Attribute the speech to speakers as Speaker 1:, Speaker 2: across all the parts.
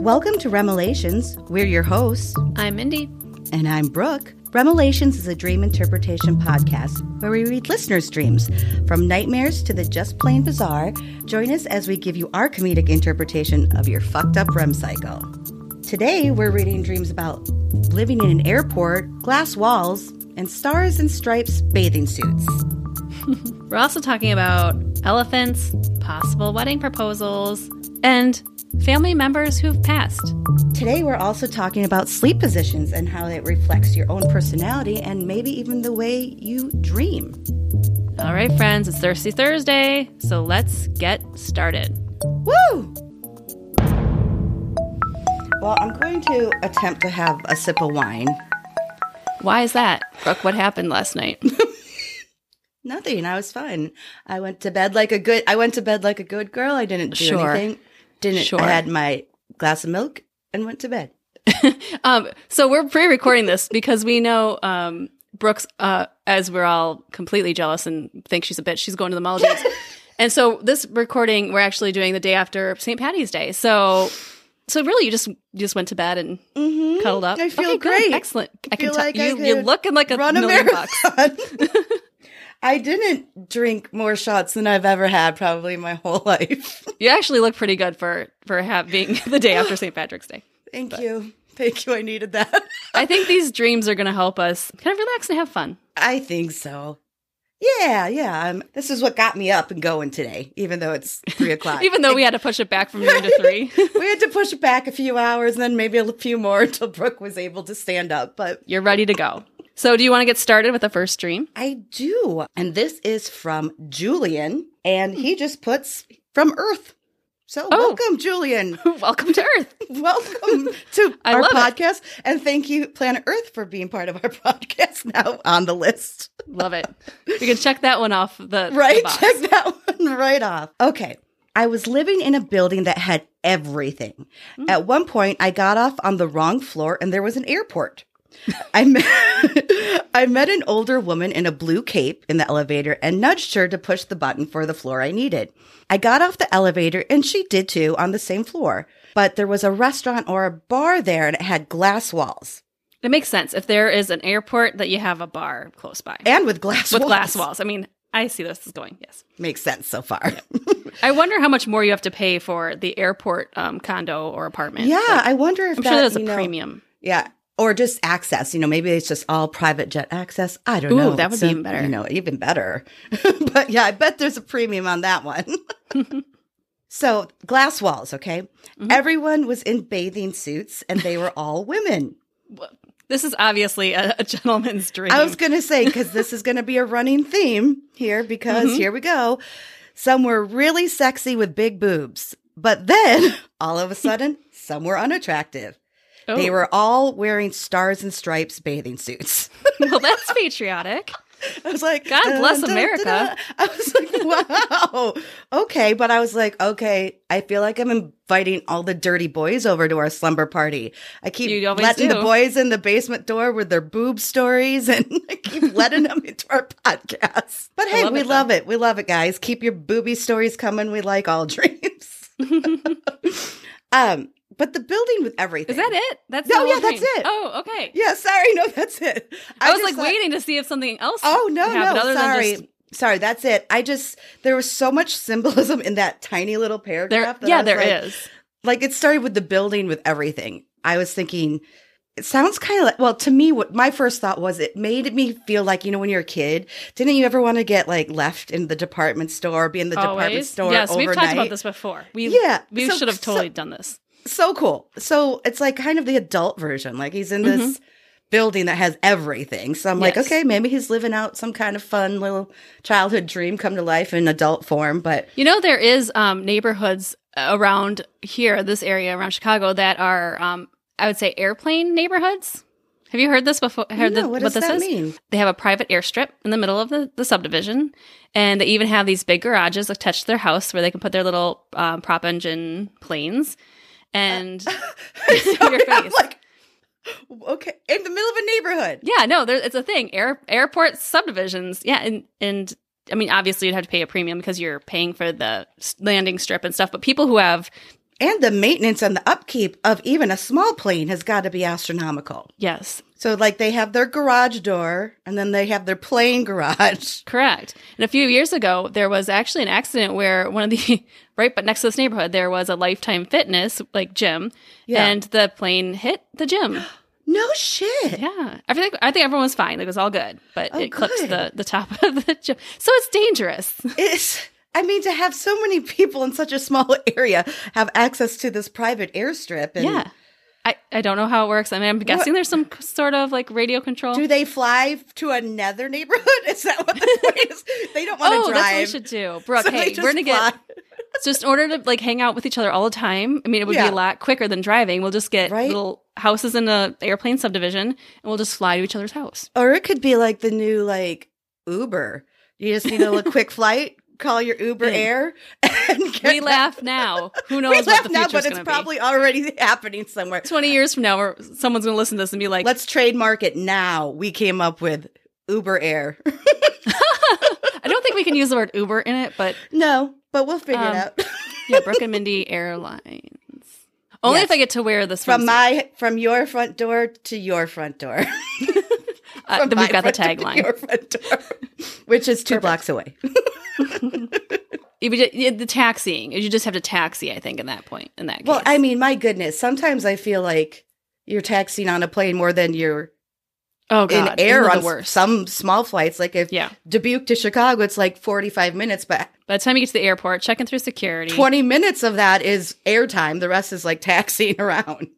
Speaker 1: Welcome to Remelations. We're your hosts,
Speaker 2: I'm Mindy.
Speaker 1: and I'm Brooke. Remelations is a dream interpretation podcast where we read listeners' dreams from nightmares to the just plain bizarre. Join us as we give you our comedic interpretation of your fucked up REM cycle. Today, we're reading dreams about living in an airport, glass walls, and stars and stripes bathing suits.
Speaker 2: We're also talking about elephants, possible wedding proposals, and family members who've passed.
Speaker 1: Today, we're also talking about sleep positions and how it reflects your own personality and maybe even the way you dream.
Speaker 2: All right, friends, it's Thirsty Thursday, so let's get started.
Speaker 1: Woo! Well, I'm going to attempt to have a sip of wine.
Speaker 2: Why is that? Brooke, what happened last night?
Speaker 1: Nothing. I was fine. I went to bed like a good. I went to bed like a good girl. I didn't do
Speaker 2: Sure.
Speaker 1: anything. Didn't.
Speaker 2: Sure.
Speaker 1: I had my glass of milk and went to bed.
Speaker 2: Um, so we're pre-recording this because we know um, Brooks, uh, as we're all completely jealous and think she's a bitch, she's going to the Maldives. and so this recording we're actually doing the day after St. Patty's Day. So, so really, you just you just went to bed and
Speaker 1: Mm-hmm.
Speaker 2: cuddled up.
Speaker 1: I feel
Speaker 2: Okay, good.
Speaker 1: great.
Speaker 2: excellent. I, can
Speaker 1: feel
Speaker 2: tell
Speaker 1: like I
Speaker 2: you, you're
Speaker 1: could
Speaker 2: looking like a
Speaker 1: Run a
Speaker 2: million bucks.
Speaker 1: marathon. I didn't drink more shots than I've ever had, probably my whole life.
Speaker 2: You actually look pretty good for for having the day after St. Patrick's Day.
Speaker 1: Thank you. Thank you. I needed that.
Speaker 2: I think these dreams are going to help us kind of relax and have fun.
Speaker 1: I think so. Yeah, yeah. Um, this is what got me up and going today, even though it's three o'clock.
Speaker 2: Even though we had to push it back from noon to three.
Speaker 1: we had to push it back a few hours and then maybe a few more until Brooke was able to stand up. But
Speaker 2: You're ready to go. So, do you want to get started with the first dream?
Speaker 1: I do. And this is from Julian, and he just puts from Earth. So
Speaker 2: Hmm. Oh.
Speaker 1: welcome, Julian.
Speaker 2: Welcome to Earth.
Speaker 1: Welcome to
Speaker 2: I
Speaker 1: our
Speaker 2: love it.
Speaker 1: podcast. And thank you, Planet Earth, for being part of our podcast now on the list.
Speaker 2: Love it. We can check that one off the
Speaker 1: Right?
Speaker 2: the box.
Speaker 1: Check that one right off. Okay. I was living in a building that had everything.
Speaker 2: Mm.
Speaker 1: At one point, I got off on the wrong floor and there was an airport. I met, I met an older woman in a blue cape in the elevator and nudged her to push the button for the floor I needed. I got off the elevator and she did too on the same floor, but there was a restaurant or a bar there and it had glass walls
Speaker 2: It makes sense if there is an airport that you have a bar close by
Speaker 1: and with glass
Speaker 2: with
Speaker 1: walls.
Speaker 2: glass walls. I mean, I see this is going. Yes,
Speaker 1: Makes sense so far.
Speaker 2: I wonder how much more you have to pay for the airport um, condo or apartment.
Speaker 1: yeah,
Speaker 2: Like,
Speaker 1: I wonder if
Speaker 2: I'm
Speaker 1: that,
Speaker 2: sure there's a
Speaker 1: you know,
Speaker 2: premium.
Speaker 1: Yeah. Or just access, you know, maybe it's just all private jet access. I don't
Speaker 2: Ooh,
Speaker 1: know.
Speaker 2: that would be
Speaker 1: Some-
Speaker 2: even better.
Speaker 1: You know, even better. but yeah, I bet there's a premium on that one. so glass walls, okay?
Speaker 2: Mm-hmm.
Speaker 1: Everyone was in bathing suits and they were all women.
Speaker 2: This is obviously a, a gentleman's dream.
Speaker 1: I was going to say, because this is going to be a running theme here, because
Speaker 2: Mm-hmm.
Speaker 1: here we go. Some were really sexy with big boobs, but then all of a sudden, some were unattractive.
Speaker 2: Oh,
Speaker 1: They were all wearing stars and stripes bathing suits.
Speaker 2: well. That's patriotic.
Speaker 1: I was like,
Speaker 2: God bless America.
Speaker 1: I was like, wow, okay. But I was like, okay, I feel like I'm inviting all the dirty boys over to our slumber party. I keep
Speaker 2: You always
Speaker 1: letting the
Speaker 2: do.
Speaker 1: boys in the basement door with their boob stories, and I keep letting them into our podcast. But hey,
Speaker 2: love
Speaker 1: we
Speaker 2: it, though.
Speaker 1: love it. We love it, guys. Keep your booby stories coming. We like all dreams. um, but the building with everything
Speaker 2: Is that it? That's
Speaker 1: No,
Speaker 2: the
Speaker 1: yeah,
Speaker 2: whole
Speaker 1: that's
Speaker 2: dream.
Speaker 1: it.
Speaker 2: Oh, okay.
Speaker 1: Yeah, sorry, no, that's it.
Speaker 2: I, was
Speaker 1: just
Speaker 2: like
Speaker 1: thought-
Speaker 2: waiting to see if something else.
Speaker 1: Oh no,
Speaker 2: happened
Speaker 1: no,
Speaker 2: other than
Speaker 1: sorry.
Speaker 2: just-
Speaker 1: Sorry, that's it. I just there was so much symbolism in that tiny little
Speaker 2: there,
Speaker 1: paragraph. that I
Speaker 2: yeah,
Speaker 1: was
Speaker 2: there is.
Speaker 1: like, Like it started with the building with everything. I was thinking it sounds kind of like well to me what my first thought was it made me feel like you know when you're a kid didn't you ever want to get like left in the department store be in the department
Speaker 2: Always.
Speaker 1: store
Speaker 2: Yes,
Speaker 1: overnight
Speaker 2: we've talked about this before. We
Speaker 1: Yeah,
Speaker 2: we
Speaker 1: so-
Speaker 2: should have
Speaker 1: so-
Speaker 2: totally done this.
Speaker 1: so cool. So it's like kind of the adult version. Like he's in this building that has everything. So I'm like,
Speaker 2: Mm-hmm. Yes.
Speaker 1: okay, maybe he's living out some kind of fun little childhood dream come to life in adult form. But
Speaker 2: You know, there is um, neighborhoods around here, this area around Chicago, that are um, I would say airplane neighborhoods. Have you heard this before? Heard
Speaker 1: No,
Speaker 2: the-
Speaker 1: what
Speaker 2: what
Speaker 1: does
Speaker 2: this
Speaker 1: that
Speaker 2: is?
Speaker 1: mean?
Speaker 2: They have a private airstrip in the middle of the, the subdivision, and they even have these big garages attached to their house where they can put their little um, prop engine planes. And your
Speaker 1: I'm
Speaker 2: face.
Speaker 1: like, okay, in the middle of a neighborhood.
Speaker 2: Yeah, no, there, it's a thing. Air, airport subdivisions. Yeah, and and I mean, obviously, you'd have to pay a premium because you're paying for the s- landing strip and stuff. But people who have
Speaker 1: And the maintenance and the upkeep of even a small plane has got to be astronomical.
Speaker 2: Yes,
Speaker 1: So, like, they have their garage door and then they have their plane garage.
Speaker 2: correct. And a few years ago, there was actually an accident where one of the right, but next to this neighborhood, there was a Lifetime Fitness like gym,
Speaker 1: Yeah.
Speaker 2: and the plane hit the gym.
Speaker 1: No shit.
Speaker 2: Yeah, I think I think everyone was fine. Like, It was all good, but
Speaker 1: Oh,
Speaker 2: it clipped
Speaker 1: good.
Speaker 2: the the top of the gym, so it's dangerous.
Speaker 1: It's, I mean, to have so many people in such a small area have access to this private airstrip. And
Speaker 2: yeah. I, I don't know how it works. I mean, I'm guessing there's some c- sort of like radio control.
Speaker 1: Do they fly to another neighborhood? Is that what the point is? They don't want to
Speaker 2: oh,
Speaker 1: drive.
Speaker 2: that's what we should do, Brooke.
Speaker 1: So they
Speaker 2: hey,
Speaker 1: just
Speaker 2: we're gonna get
Speaker 1: fly.
Speaker 2: just in order to like hang out with each other all the time. I mean, it would
Speaker 1: Yeah.
Speaker 2: be a lot quicker than driving. We'll just get
Speaker 1: Right?
Speaker 2: little houses in a airplane subdivision, and we'll just fly to each other's house.
Speaker 1: Or it could be like the new like Uber. You just need a little quick flight, call your Uber
Speaker 2: Yeah.
Speaker 1: Air, and get
Speaker 2: We laugh now. Who knows
Speaker 1: We
Speaker 2: what
Speaker 1: laugh
Speaker 2: the
Speaker 1: now,
Speaker 2: future's
Speaker 1: but it's
Speaker 2: gonna
Speaker 1: probably already happening somewhere.
Speaker 2: be? Twenty years from now, we're- someone's gonna listen to this and be like,
Speaker 1: Let's trademark it now. We came up with Uber Air.
Speaker 2: "I don't think we can use the word Uber in it, but
Speaker 1: no, but we'll figure
Speaker 2: Um,
Speaker 1: it out.
Speaker 2: yeah, Brooke and Mindy Airlines. Only if
Speaker 1: Yes.
Speaker 2: I get to wear this
Speaker 1: from
Speaker 2: swimsuit.
Speaker 1: my from your front door to your front door.
Speaker 2: Uh,
Speaker 1: From
Speaker 2: then
Speaker 1: my
Speaker 2: we've got the
Speaker 1: front door to
Speaker 2: tagline.
Speaker 1: Your front door, which is two blocks away.
Speaker 2: If you ju- yeah, the taxiing, you just have to taxi. I think in that point, in that case.
Speaker 1: Well, I mean, my goodness. Sometimes I feel like you're taxiing on a plane more than you're
Speaker 2: oh god,
Speaker 1: in air
Speaker 2: isn't it
Speaker 1: on
Speaker 2: the worst.
Speaker 1: some small flights. Like if
Speaker 2: Yeah.
Speaker 1: Dubuque to Chicago, it's like 45 minutes, but
Speaker 2: By the time you get to the airport, checking through security.
Speaker 1: 20 minutes of that is airtime. The rest is like taxiing around.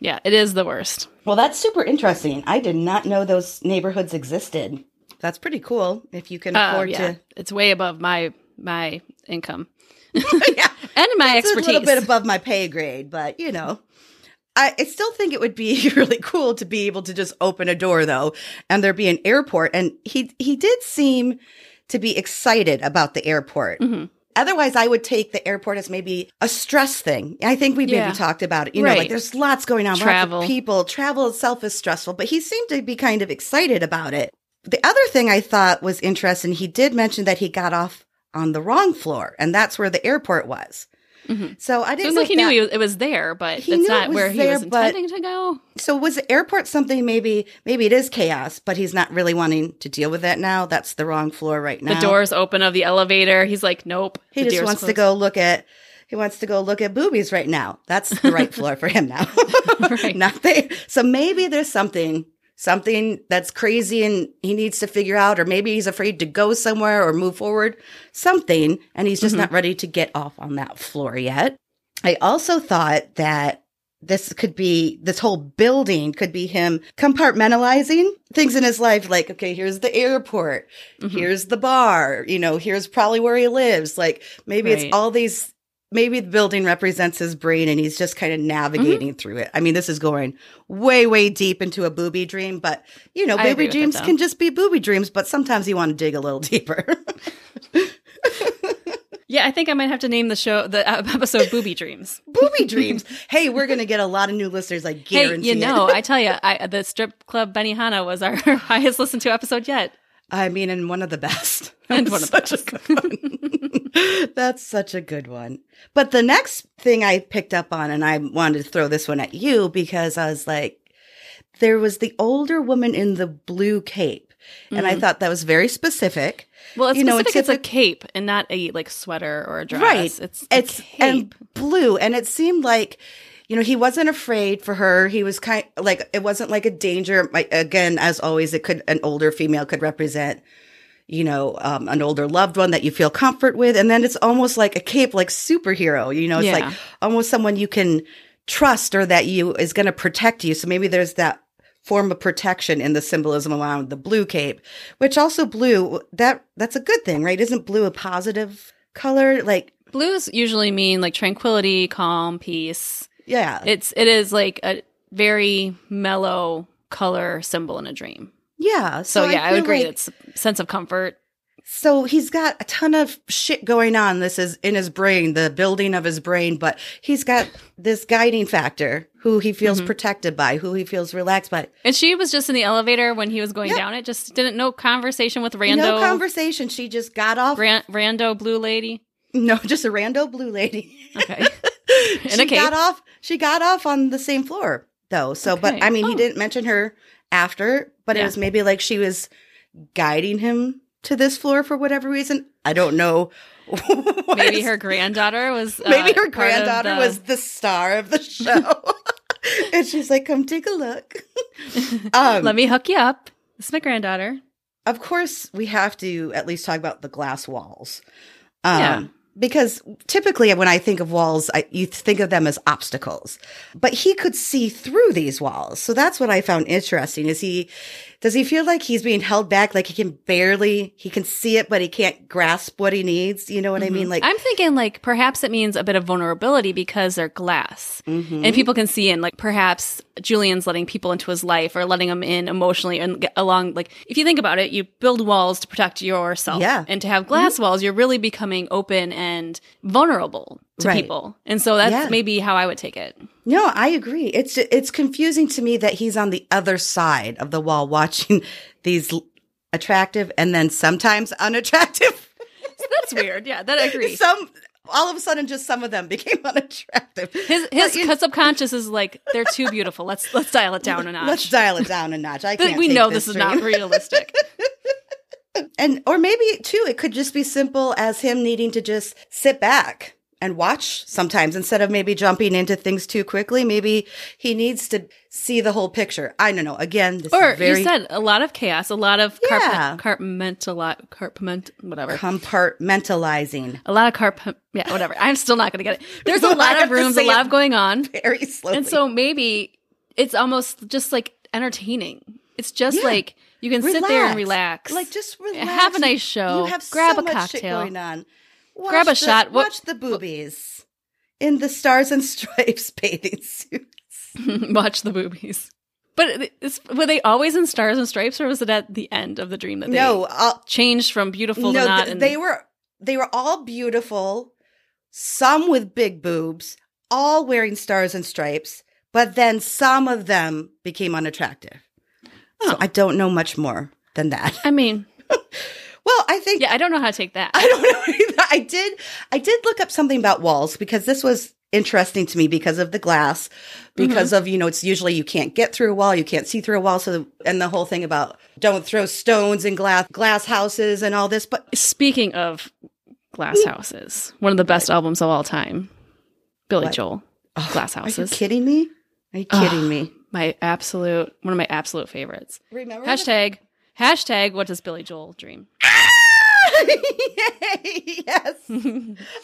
Speaker 2: Yeah, it is the worst.
Speaker 1: Well, that's super interesting. I did not know those neighborhoods existed. Oh, That's pretty cool if you can
Speaker 2: Uh,
Speaker 1: afford
Speaker 2: yeah, it's way above my my income
Speaker 1: to. yeah.
Speaker 2: and my expertise.
Speaker 1: It's a little bit above my pay grade, but you know. I, I still think it would be really cool to be able to just open a door though, and there be an airport. And he he did seem to be excited about the airport.
Speaker 2: Mhm.
Speaker 1: Otherwise, I would take the airport as maybe a stress thing. I think we maybe
Speaker 2: Yeah.
Speaker 1: talked about it. You know, like
Speaker 2: Right.
Speaker 1: there's lots going on,
Speaker 2: Travel.
Speaker 1: lots of people. Travel itself is stressful, but he seemed to be kind of excited about it. The other thing I thought was interesting, he did mention that he got off on the wrong floor, and that's where the airport was.
Speaker 2: Mhm.
Speaker 1: So I
Speaker 2: So it
Speaker 1: didn't
Speaker 2: was
Speaker 1: know
Speaker 2: like he
Speaker 1: if
Speaker 2: knew
Speaker 1: that-
Speaker 2: he was, it was there, but
Speaker 1: He
Speaker 2: it's
Speaker 1: knew it
Speaker 2: not
Speaker 1: was
Speaker 2: where he
Speaker 1: there,
Speaker 2: was
Speaker 1: but-
Speaker 2: intending to go.
Speaker 1: So was the airport something maybe maybe it is chaos, but he's not really wanting to deal with that now. That's the wrong floor right now.
Speaker 2: The doors open of the elevator. He's like, nope.
Speaker 1: He
Speaker 2: the
Speaker 1: just
Speaker 2: door's
Speaker 1: wants to
Speaker 2: closed.
Speaker 1: go look at he wants to go look at boobies right now. That's the right floor for him now.
Speaker 2: Right.
Speaker 1: Not they. So maybe there's something something that's crazy and he needs to figure out or maybe he's afraid to go somewhere or move forward something and he's just
Speaker 2: Mm-hmm.
Speaker 1: not ready to get off on that floor yet. I also thought that this could be this whole building could be him compartmentalizing things in his life like okay here's the airport
Speaker 2: Mm-hmm.
Speaker 1: here's the bar you know here's probably where he lives like maybe
Speaker 2: Right.
Speaker 1: it's all these maybe the building represents his brain and he's just kind
Speaker 2: Mm-hmm.
Speaker 1: of navigating through it i mean this is going way way deep into a booby dream but you know
Speaker 2: I agree
Speaker 1: booby
Speaker 2: with that,
Speaker 1: dreams
Speaker 2: though.
Speaker 1: can just be booby dreams but sometimes you want to dig a little deeper
Speaker 2: Yeah, I think I might have to name the show the uh, episode "Booby Dreams."
Speaker 1: booby dreams hey we're gonna get a lot of new listeners i
Speaker 2: Hey,
Speaker 1: guarantee
Speaker 2: you
Speaker 1: it.
Speaker 2: know, I tell you, I, the strip club Benihana was our highest listened to episode yet.
Speaker 1: I mean, and one of the best.
Speaker 2: And one of the
Speaker 1: Such a good one. That's such a good one. But the next thing I picked up on, and I wanted to throw this one at you because I was like, there was the older woman in the blue cape. And I thought that was very specific.
Speaker 2: Mm. Well, it's
Speaker 1: You
Speaker 2: you
Speaker 1: know,
Speaker 2: specific.
Speaker 1: it's
Speaker 2: It's,
Speaker 1: typic-
Speaker 2: a cape and not a like sweater or a dress.
Speaker 1: Right.
Speaker 2: It's a
Speaker 1: It's
Speaker 2: cape.
Speaker 1: and blue. And it seemed like, you know, he wasn't afraid for her. He was kind like it wasn't like a danger. Like, again, as always, it could an older female could represent you know, um, an older loved one that you feel comfort with. And then it's almost like a cape, like superhero, you know, it's
Speaker 2: Yeah.
Speaker 1: like almost someone you can trust or that you is going to protect you. So maybe there's that form of protection in the symbolism around the blue cape, which also blue, that, that's a good thing, right? Isn't blue a positive color? Like,
Speaker 2: blues usually mean like tranquility, calm, peace.
Speaker 1: yeah.
Speaker 2: It's it is like a very mellow color symbol in a dream.
Speaker 1: yeah.
Speaker 2: So, yeah, I
Speaker 1: feel
Speaker 2: would agree.
Speaker 1: like-
Speaker 2: it's a sense of comfort.
Speaker 1: So he's got a ton of shit going on. This is in his brain, the building of his brain, but he's got this guiding factor who he
Speaker 2: Mm-hmm.
Speaker 1: feels protected by, who he feels relaxed by.
Speaker 2: And she was just in the elevator when he was going
Speaker 1: Yeah.
Speaker 2: down. It just didn't no conversation with rando
Speaker 1: No conversation. She just got off.
Speaker 2: ran, rando blue lady.
Speaker 1: no, just a rando blue lady.
Speaker 2: Okay. In a
Speaker 1: she
Speaker 2: cape.
Speaker 1: got off. She got off on the same floor though. So, but
Speaker 2: Okay.
Speaker 1: I mean, he
Speaker 2: Oh.
Speaker 1: didn't mention her after. But
Speaker 2: Yeah.
Speaker 1: it was maybe like she was guiding him to this floor for whatever reason. I don't know. what
Speaker 2: Maybe
Speaker 1: is-
Speaker 2: her granddaughter was. uh,
Speaker 1: Maybe her
Speaker 2: part of
Speaker 1: granddaughter
Speaker 2: the-
Speaker 1: was the star of the show. and she's like, "Come take a look." um,
Speaker 2: Let me hook you up. This is my granddaughter.
Speaker 1: of course, we have to at least talk about the glass walls. Um,
Speaker 2: Yeah.
Speaker 1: Because typically, when I think of walls, I, you think of them as obstacles. But he could see through these walls, so that's what I found interesting. Is he? Does he feel like he's being held back? Like he can barely he can see it, but he can't grasp what he needs. You know what I mean? Like,
Speaker 2: Mm-hmm. I'm thinking like perhaps it means a bit of vulnerability because they're glass
Speaker 1: Mhm.
Speaker 2: and people can see in. Like perhaps Julian's letting people into his life or letting them in emotionally and get along. Like if you think about it, you build walls to protect yourself.
Speaker 1: Yeah. Mm-hmm.
Speaker 2: And to have glass walls, you're really becoming open and vulnerable to
Speaker 1: Right.
Speaker 2: people. And so that's
Speaker 1: Yeah.
Speaker 2: maybe how I would take it.
Speaker 1: No, I agree. It's it's confusing to me that he's on the other side of the wall watching these l- attractive and then sometimes unattractive.
Speaker 2: That's weird. Yeah, that I agree.
Speaker 1: Some all of a sudden, just some of them became unattractive.
Speaker 2: his his subconscious is like they're too beautiful. Let's let's dial it down a notch.
Speaker 1: Let's dial it down a notch. I
Speaker 2: Th-
Speaker 1: can't
Speaker 2: we
Speaker 1: take
Speaker 2: know this, is
Speaker 1: dream.
Speaker 2: not realistic.
Speaker 1: and or maybe too, it could just be simple as him needing to just sit back and watch sometimes instead of maybe jumping into things too quickly. Maybe he needs to see the whole picture. I don't know. Again, this
Speaker 2: or
Speaker 1: is very
Speaker 2: you said a lot of chaos, a lot of carp-
Speaker 1: Yeah.
Speaker 2: carpmentali- carpment, whatever.
Speaker 1: compartmentalizing.
Speaker 2: a lot of carp, yeah, whatever. I'm still not going to get it. There's a
Speaker 1: I
Speaker 2: lot
Speaker 1: have
Speaker 2: of
Speaker 1: to
Speaker 2: rooms, a
Speaker 1: say
Speaker 2: lot
Speaker 1: it
Speaker 2: of going on,
Speaker 1: very slowly.
Speaker 2: and so maybe it's almost just like entertaining. It's just
Speaker 1: Yeah.
Speaker 2: like you can sit there and relax,
Speaker 1: Like just relax.
Speaker 2: have a nice show,
Speaker 1: You have
Speaker 2: grab
Speaker 1: so
Speaker 2: a
Speaker 1: much
Speaker 2: cocktail.
Speaker 1: shit going on. Watch
Speaker 2: Grab a
Speaker 1: the-
Speaker 2: shot. What-
Speaker 1: watch the boobies in the stars and stripes bathing suit.
Speaker 2: watch the movies. But it's, were they always in stars and stripes, or was it at the end of the dream that they
Speaker 1: No, I'll,
Speaker 2: changed from beautiful to
Speaker 1: no,
Speaker 2: not?
Speaker 1: th-
Speaker 2: and-
Speaker 1: they were they were all beautiful. Some with big boobs, all wearing stars and stripes, but then some of them became unattractive.
Speaker 2: Oh.
Speaker 1: So I don't know much more than that.
Speaker 2: I mean,
Speaker 1: Well, I think
Speaker 2: yeah, I don't know how to take that.
Speaker 1: I don't know either. I did I did look up something about walls because this was interesting to me because of the glass because
Speaker 2: Mm-hmm.
Speaker 1: of you know it's usually you can't get through a wall you can't see through a wall so and the whole thing about don't throw stones in glass glass houses and all this but
Speaker 2: Speaking of glass houses, one of the best albums of all time, Billy
Speaker 1: What? Oh,
Speaker 2: Joel, Glass
Speaker 1: are you
Speaker 2: Houses.
Speaker 1: kidding me are you kidding me
Speaker 2: My absolute, one of my absolute favorites.
Speaker 1: remember
Speaker 2: Hashtag, hashtag, what does Billy Joel dream?
Speaker 1: yes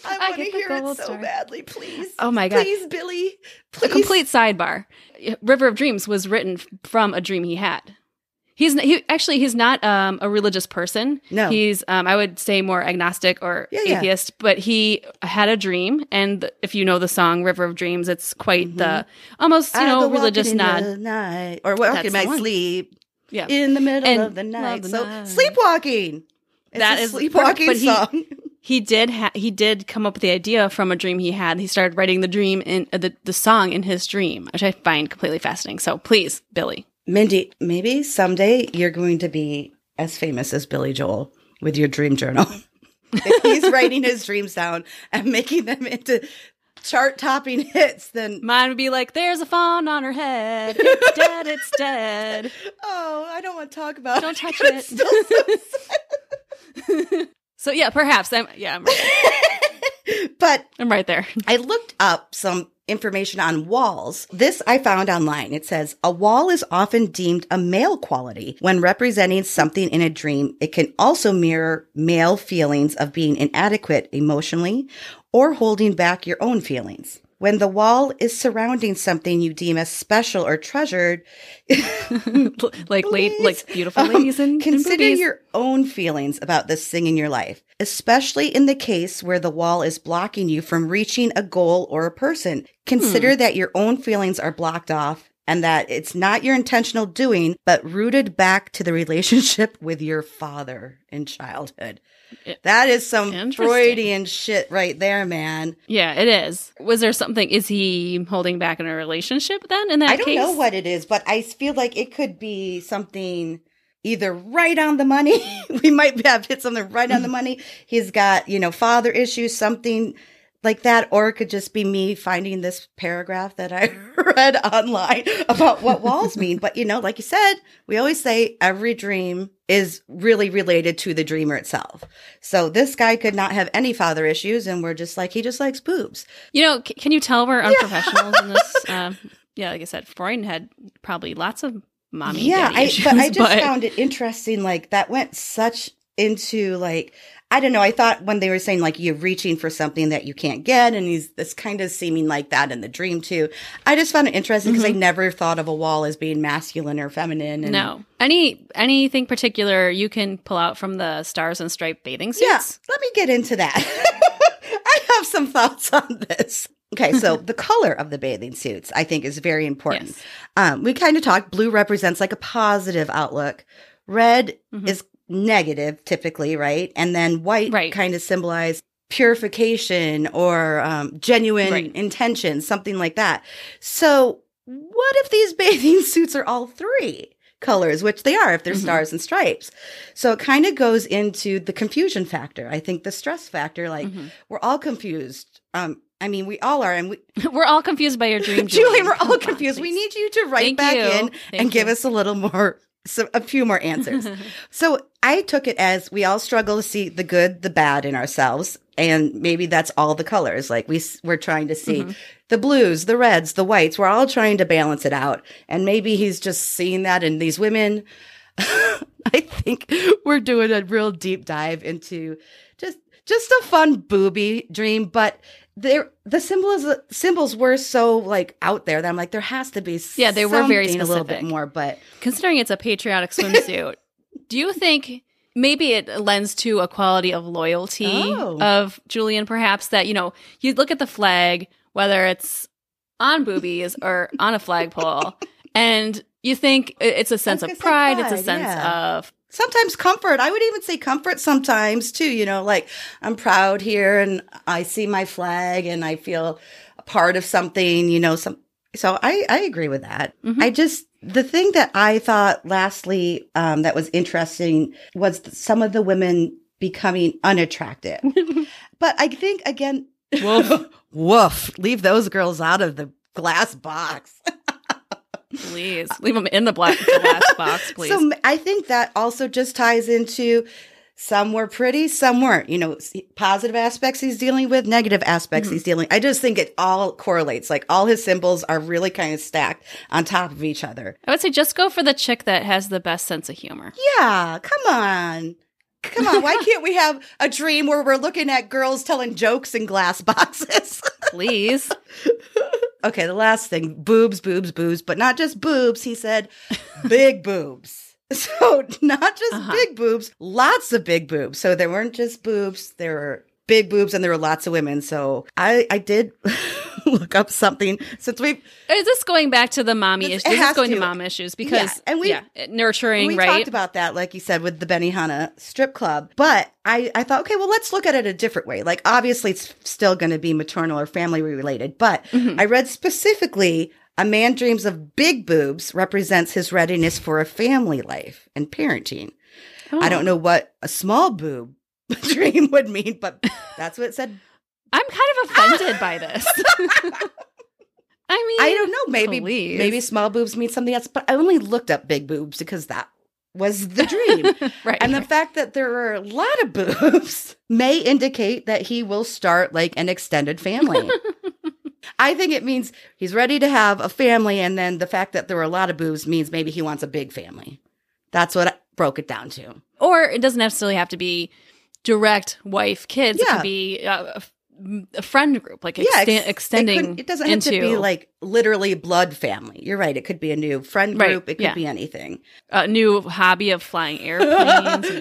Speaker 1: i want to
Speaker 2: get the
Speaker 1: hear it
Speaker 2: gold
Speaker 1: so
Speaker 2: star.
Speaker 1: badly please
Speaker 2: Oh my God.
Speaker 1: please billy
Speaker 2: A
Speaker 1: please
Speaker 2: complete sidebar. River of Dreams was written f- from a dream he had. He's n- he actually he's not um, a religious person.
Speaker 1: No.
Speaker 2: he's um, I would say more agnostic or
Speaker 1: Yeah, yeah.
Speaker 2: atheist. But he had a dream, and th- if you know the song "River of Dreams," it's quite the almost you
Speaker 1: Mm-hmm. I
Speaker 2: know
Speaker 1: go walking
Speaker 2: religious
Speaker 1: in
Speaker 2: nod.
Speaker 1: the night, or walking
Speaker 2: That's
Speaker 1: in
Speaker 2: the
Speaker 1: my
Speaker 2: one.
Speaker 1: sleep
Speaker 2: yeah,
Speaker 1: in the middle
Speaker 2: And
Speaker 1: of the night.
Speaker 2: the
Speaker 1: so
Speaker 2: night.
Speaker 1: sleepwalking. It's
Speaker 2: That
Speaker 1: a
Speaker 2: is
Speaker 1: sleepwalking
Speaker 2: perfect, but
Speaker 1: song.
Speaker 2: he did ha- he did come up with the idea from a dream he had. He started writing the dream in uh, the the song in his dream, which I find completely fascinating. So please, Billy,
Speaker 1: Mindy, maybe someday you're going to be as famous as Billy Joel with your dream journal. if he's writing his dreams down and making them into chart topping hits, then
Speaker 2: mine would be like, "There's a fawn on her head. It's dead. It's dead."
Speaker 1: oh, I don't want to talk about
Speaker 2: Don't touch
Speaker 1: It's
Speaker 2: it.
Speaker 1: still so
Speaker 2: So yeah, perhaps I'm yeah I'm right,
Speaker 1: sad. but
Speaker 2: I'm right there.
Speaker 1: I looked up some information on walls. This I found online. It says a wall is often deemed a male quality when representing something in a dream. It can also mirror male feelings of being inadequate emotionally or holding back your own feelings. When the wall is surrounding something you deem as special or treasured,
Speaker 2: like late, like beautiful
Speaker 1: um,
Speaker 2: ladies and
Speaker 1: consider
Speaker 2: and boobies.
Speaker 1: your own feelings about this thing in your life, especially in the case where the wall is blocking you from reaching a goal or a person. Consider
Speaker 2: Hmm.
Speaker 1: that your own feelings are blocked off and that it's not your intentional doing, but rooted back to the relationship with your father in childhood.
Speaker 2: I-
Speaker 1: That is some
Speaker 2: Interesting.
Speaker 1: Freudian shit right there, man.
Speaker 2: yeah, it is. Was there something? Is he holding back in a relationship then? In that
Speaker 1: I don't
Speaker 2: case,
Speaker 1: know what it is, but I feel like it could be something either right on the money. we might have hit something right on the money. He's got, you know, father issues, something like that, or it could just be me finding this paragraph that I read online about what walls mean. But you know, like you said, we always say every dream is really related to the dreamer itself. So this guy could not have any father issues, and we're just like, he just likes boobs.
Speaker 2: You know, c- can you tell we're unprofessionals in this? Um, yeah, like I said, Freud had probably lots of mommy. and
Speaker 1: yeah,
Speaker 2: daddy
Speaker 1: I,
Speaker 2: issues,
Speaker 1: but I just found it interesting. Like that went such into like I don't know. I thought when they were saying like you're reaching for something that you can't get, and he's this kind of seeming like that in the dream too. I just found it interesting because I never thought of a wall as being masculine or feminine. And
Speaker 2: Mm-hmm. no any anything particular you can pull out from the stars and striped bathing
Speaker 1: Yeah,
Speaker 2: suits.
Speaker 1: let me get into that. I have some thoughts on this. Okay, so the color of the bathing suits, I think, is very important.
Speaker 2: Yes.
Speaker 1: Um, we kind of talked blue represents like a positive outlook, red
Speaker 2: Mhm.
Speaker 1: is negative typically, right? And then white
Speaker 2: Right.
Speaker 1: kind of symbolizes purification or um, genuine
Speaker 2: Right.
Speaker 1: intention, something like that. So, what if these bathing suits are all three? colors, which they are if they're
Speaker 2: Mhm.
Speaker 1: stars and stripes. So it kind of goes into the confusion factor. I think the stress factor, like
Speaker 2: Mhm.
Speaker 1: we're all confused. Um, I mean, we all are. And we,
Speaker 2: We're all confused by your dream,
Speaker 1: Julie, we're
Speaker 2: Come
Speaker 1: all
Speaker 2: on,
Speaker 1: confused. we
Speaker 2: please.
Speaker 1: need you to write
Speaker 2: Thank
Speaker 1: back
Speaker 2: you.
Speaker 1: in and
Speaker 2: Thank
Speaker 1: give
Speaker 2: you.
Speaker 1: us a little more, so a few more answers. so I took it as we all struggle to see the good, the bad in ourselves. And maybe that's all the colors. Like we, s- we're trying to see
Speaker 2: Mhm.
Speaker 1: the blues, the reds, the whites. We're all trying to balance it out. And maybe he's just seeing that in these women. I think we're doing a real deep dive into just just a fun booby dream, but there the symbols symbols were so like out there that I'm like there has to be
Speaker 2: Yeah, they were very
Speaker 1: something a little bit
Speaker 2: specific.
Speaker 1: more, but
Speaker 2: Considering it's a patriotic swimsuit, do you think maybe it lends to a quality of loyalty
Speaker 1: Oh.
Speaker 2: of Julian, perhaps that, you know, you look at the flag, whether it's on boobies or on a flagpole, and you think i- it's a sense
Speaker 1: gonna
Speaker 2: of
Speaker 1: say
Speaker 2: pride, it's
Speaker 1: pride,
Speaker 2: a sense
Speaker 1: yeah.
Speaker 2: of
Speaker 1: sometimes comfort. I would even say comfort sometimes too, you know, like I'm proud here and I see my flag and I feel a part of something, you know, some so I, I agree with that.
Speaker 2: Mhm.
Speaker 1: I just the thing that I thought lastly um, that was interesting was th- some of the women becoming unattractive.
Speaker 2: Mm-hmm.
Speaker 1: but I think again
Speaker 2: Woof.
Speaker 1: woof. Leave those girls out of the glass box.
Speaker 2: please leave them in the black glass box, please.
Speaker 1: So m- I think that also just ties into some were pretty, some weren't. You know, s- positive aspects he's dealing with, negative aspects he's dealing. I just think it all correlates. Like all his symbols are really kind of stacked on top of each other.
Speaker 2: I would say just go for the chick that has the best sense of humor.
Speaker 1: Yeah, come on. Come on, why can't we have a dream where we're looking at girls telling jokes in glass boxes?
Speaker 2: Please.
Speaker 1: okay, the last thing boobs, boobs, boobs, but not just boobs. He said big boobs. So, not just
Speaker 2: Uh-huh.
Speaker 1: big boobs, lots of big boobs. So, there weren't just boobs, there were big boobs, and there were lots of women. So, I, I did look up something since we've
Speaker 2: Is this going back to the mommy
Speaker 1: This-
Speaker 2: issues?
Speaker 1: it
Speaker 2: This
Speaker 1: has
Speaker 2: is going to,
Speaker 1: to.
Speaker 2: mom issues because
Speaker 1: Yeah, and we-
Speaker 2: yeah, nurturing,
Speaker 1: we
Speaker 2: right?
Speaker 1: talked about that, like you said, with the Benihana strip club. But I, I thought, okay, well, let's look at it a different way. Like, obviously, it's still going to be maternal or family related. But I read specifically a man dreams of big boobs represents his readiness for a family life and parenting. I don't know what a small boob dream would mean, but that's what it said.
Speaker 2: I'm kind of offended by this. I mean,
Speaker 1: I don't know. Maybe
Speaker 2: Please.
Speaker 1: maybe small boobs mean something else. But I only looked up big boobs because that was the dream.
Speaker 2: right.
Speaker 1: And the fact that there are a lot of boobs may indicate that he will start like an extended family. I think it means he's ready to have a family. And then the fact that there are a lot of boobs means maybe he wants a big family. That's what I broke it down to.
Speaker 2: or it doesn't necessarily have to be direct wife kids. It
Speaker 1: Yeah.
Speaker 2: could be uh, a f- a friend group, like
Speaker 1: Yeah,
Speaker 2: exten-
Speaker 1: ex- it,
Speaker 2: extending.
Speaker 1: couldn't- it doesn't have
Speaker 2: into,
Speaker 1: to be like literally blood family. You're right. It could be a new friend
Speaker 2: Right,
Speaker 1: group. It could
Speaker 2: yeah.
Speaker 1: be anything.
Speaker 2: a new hobby of flying airplanes in the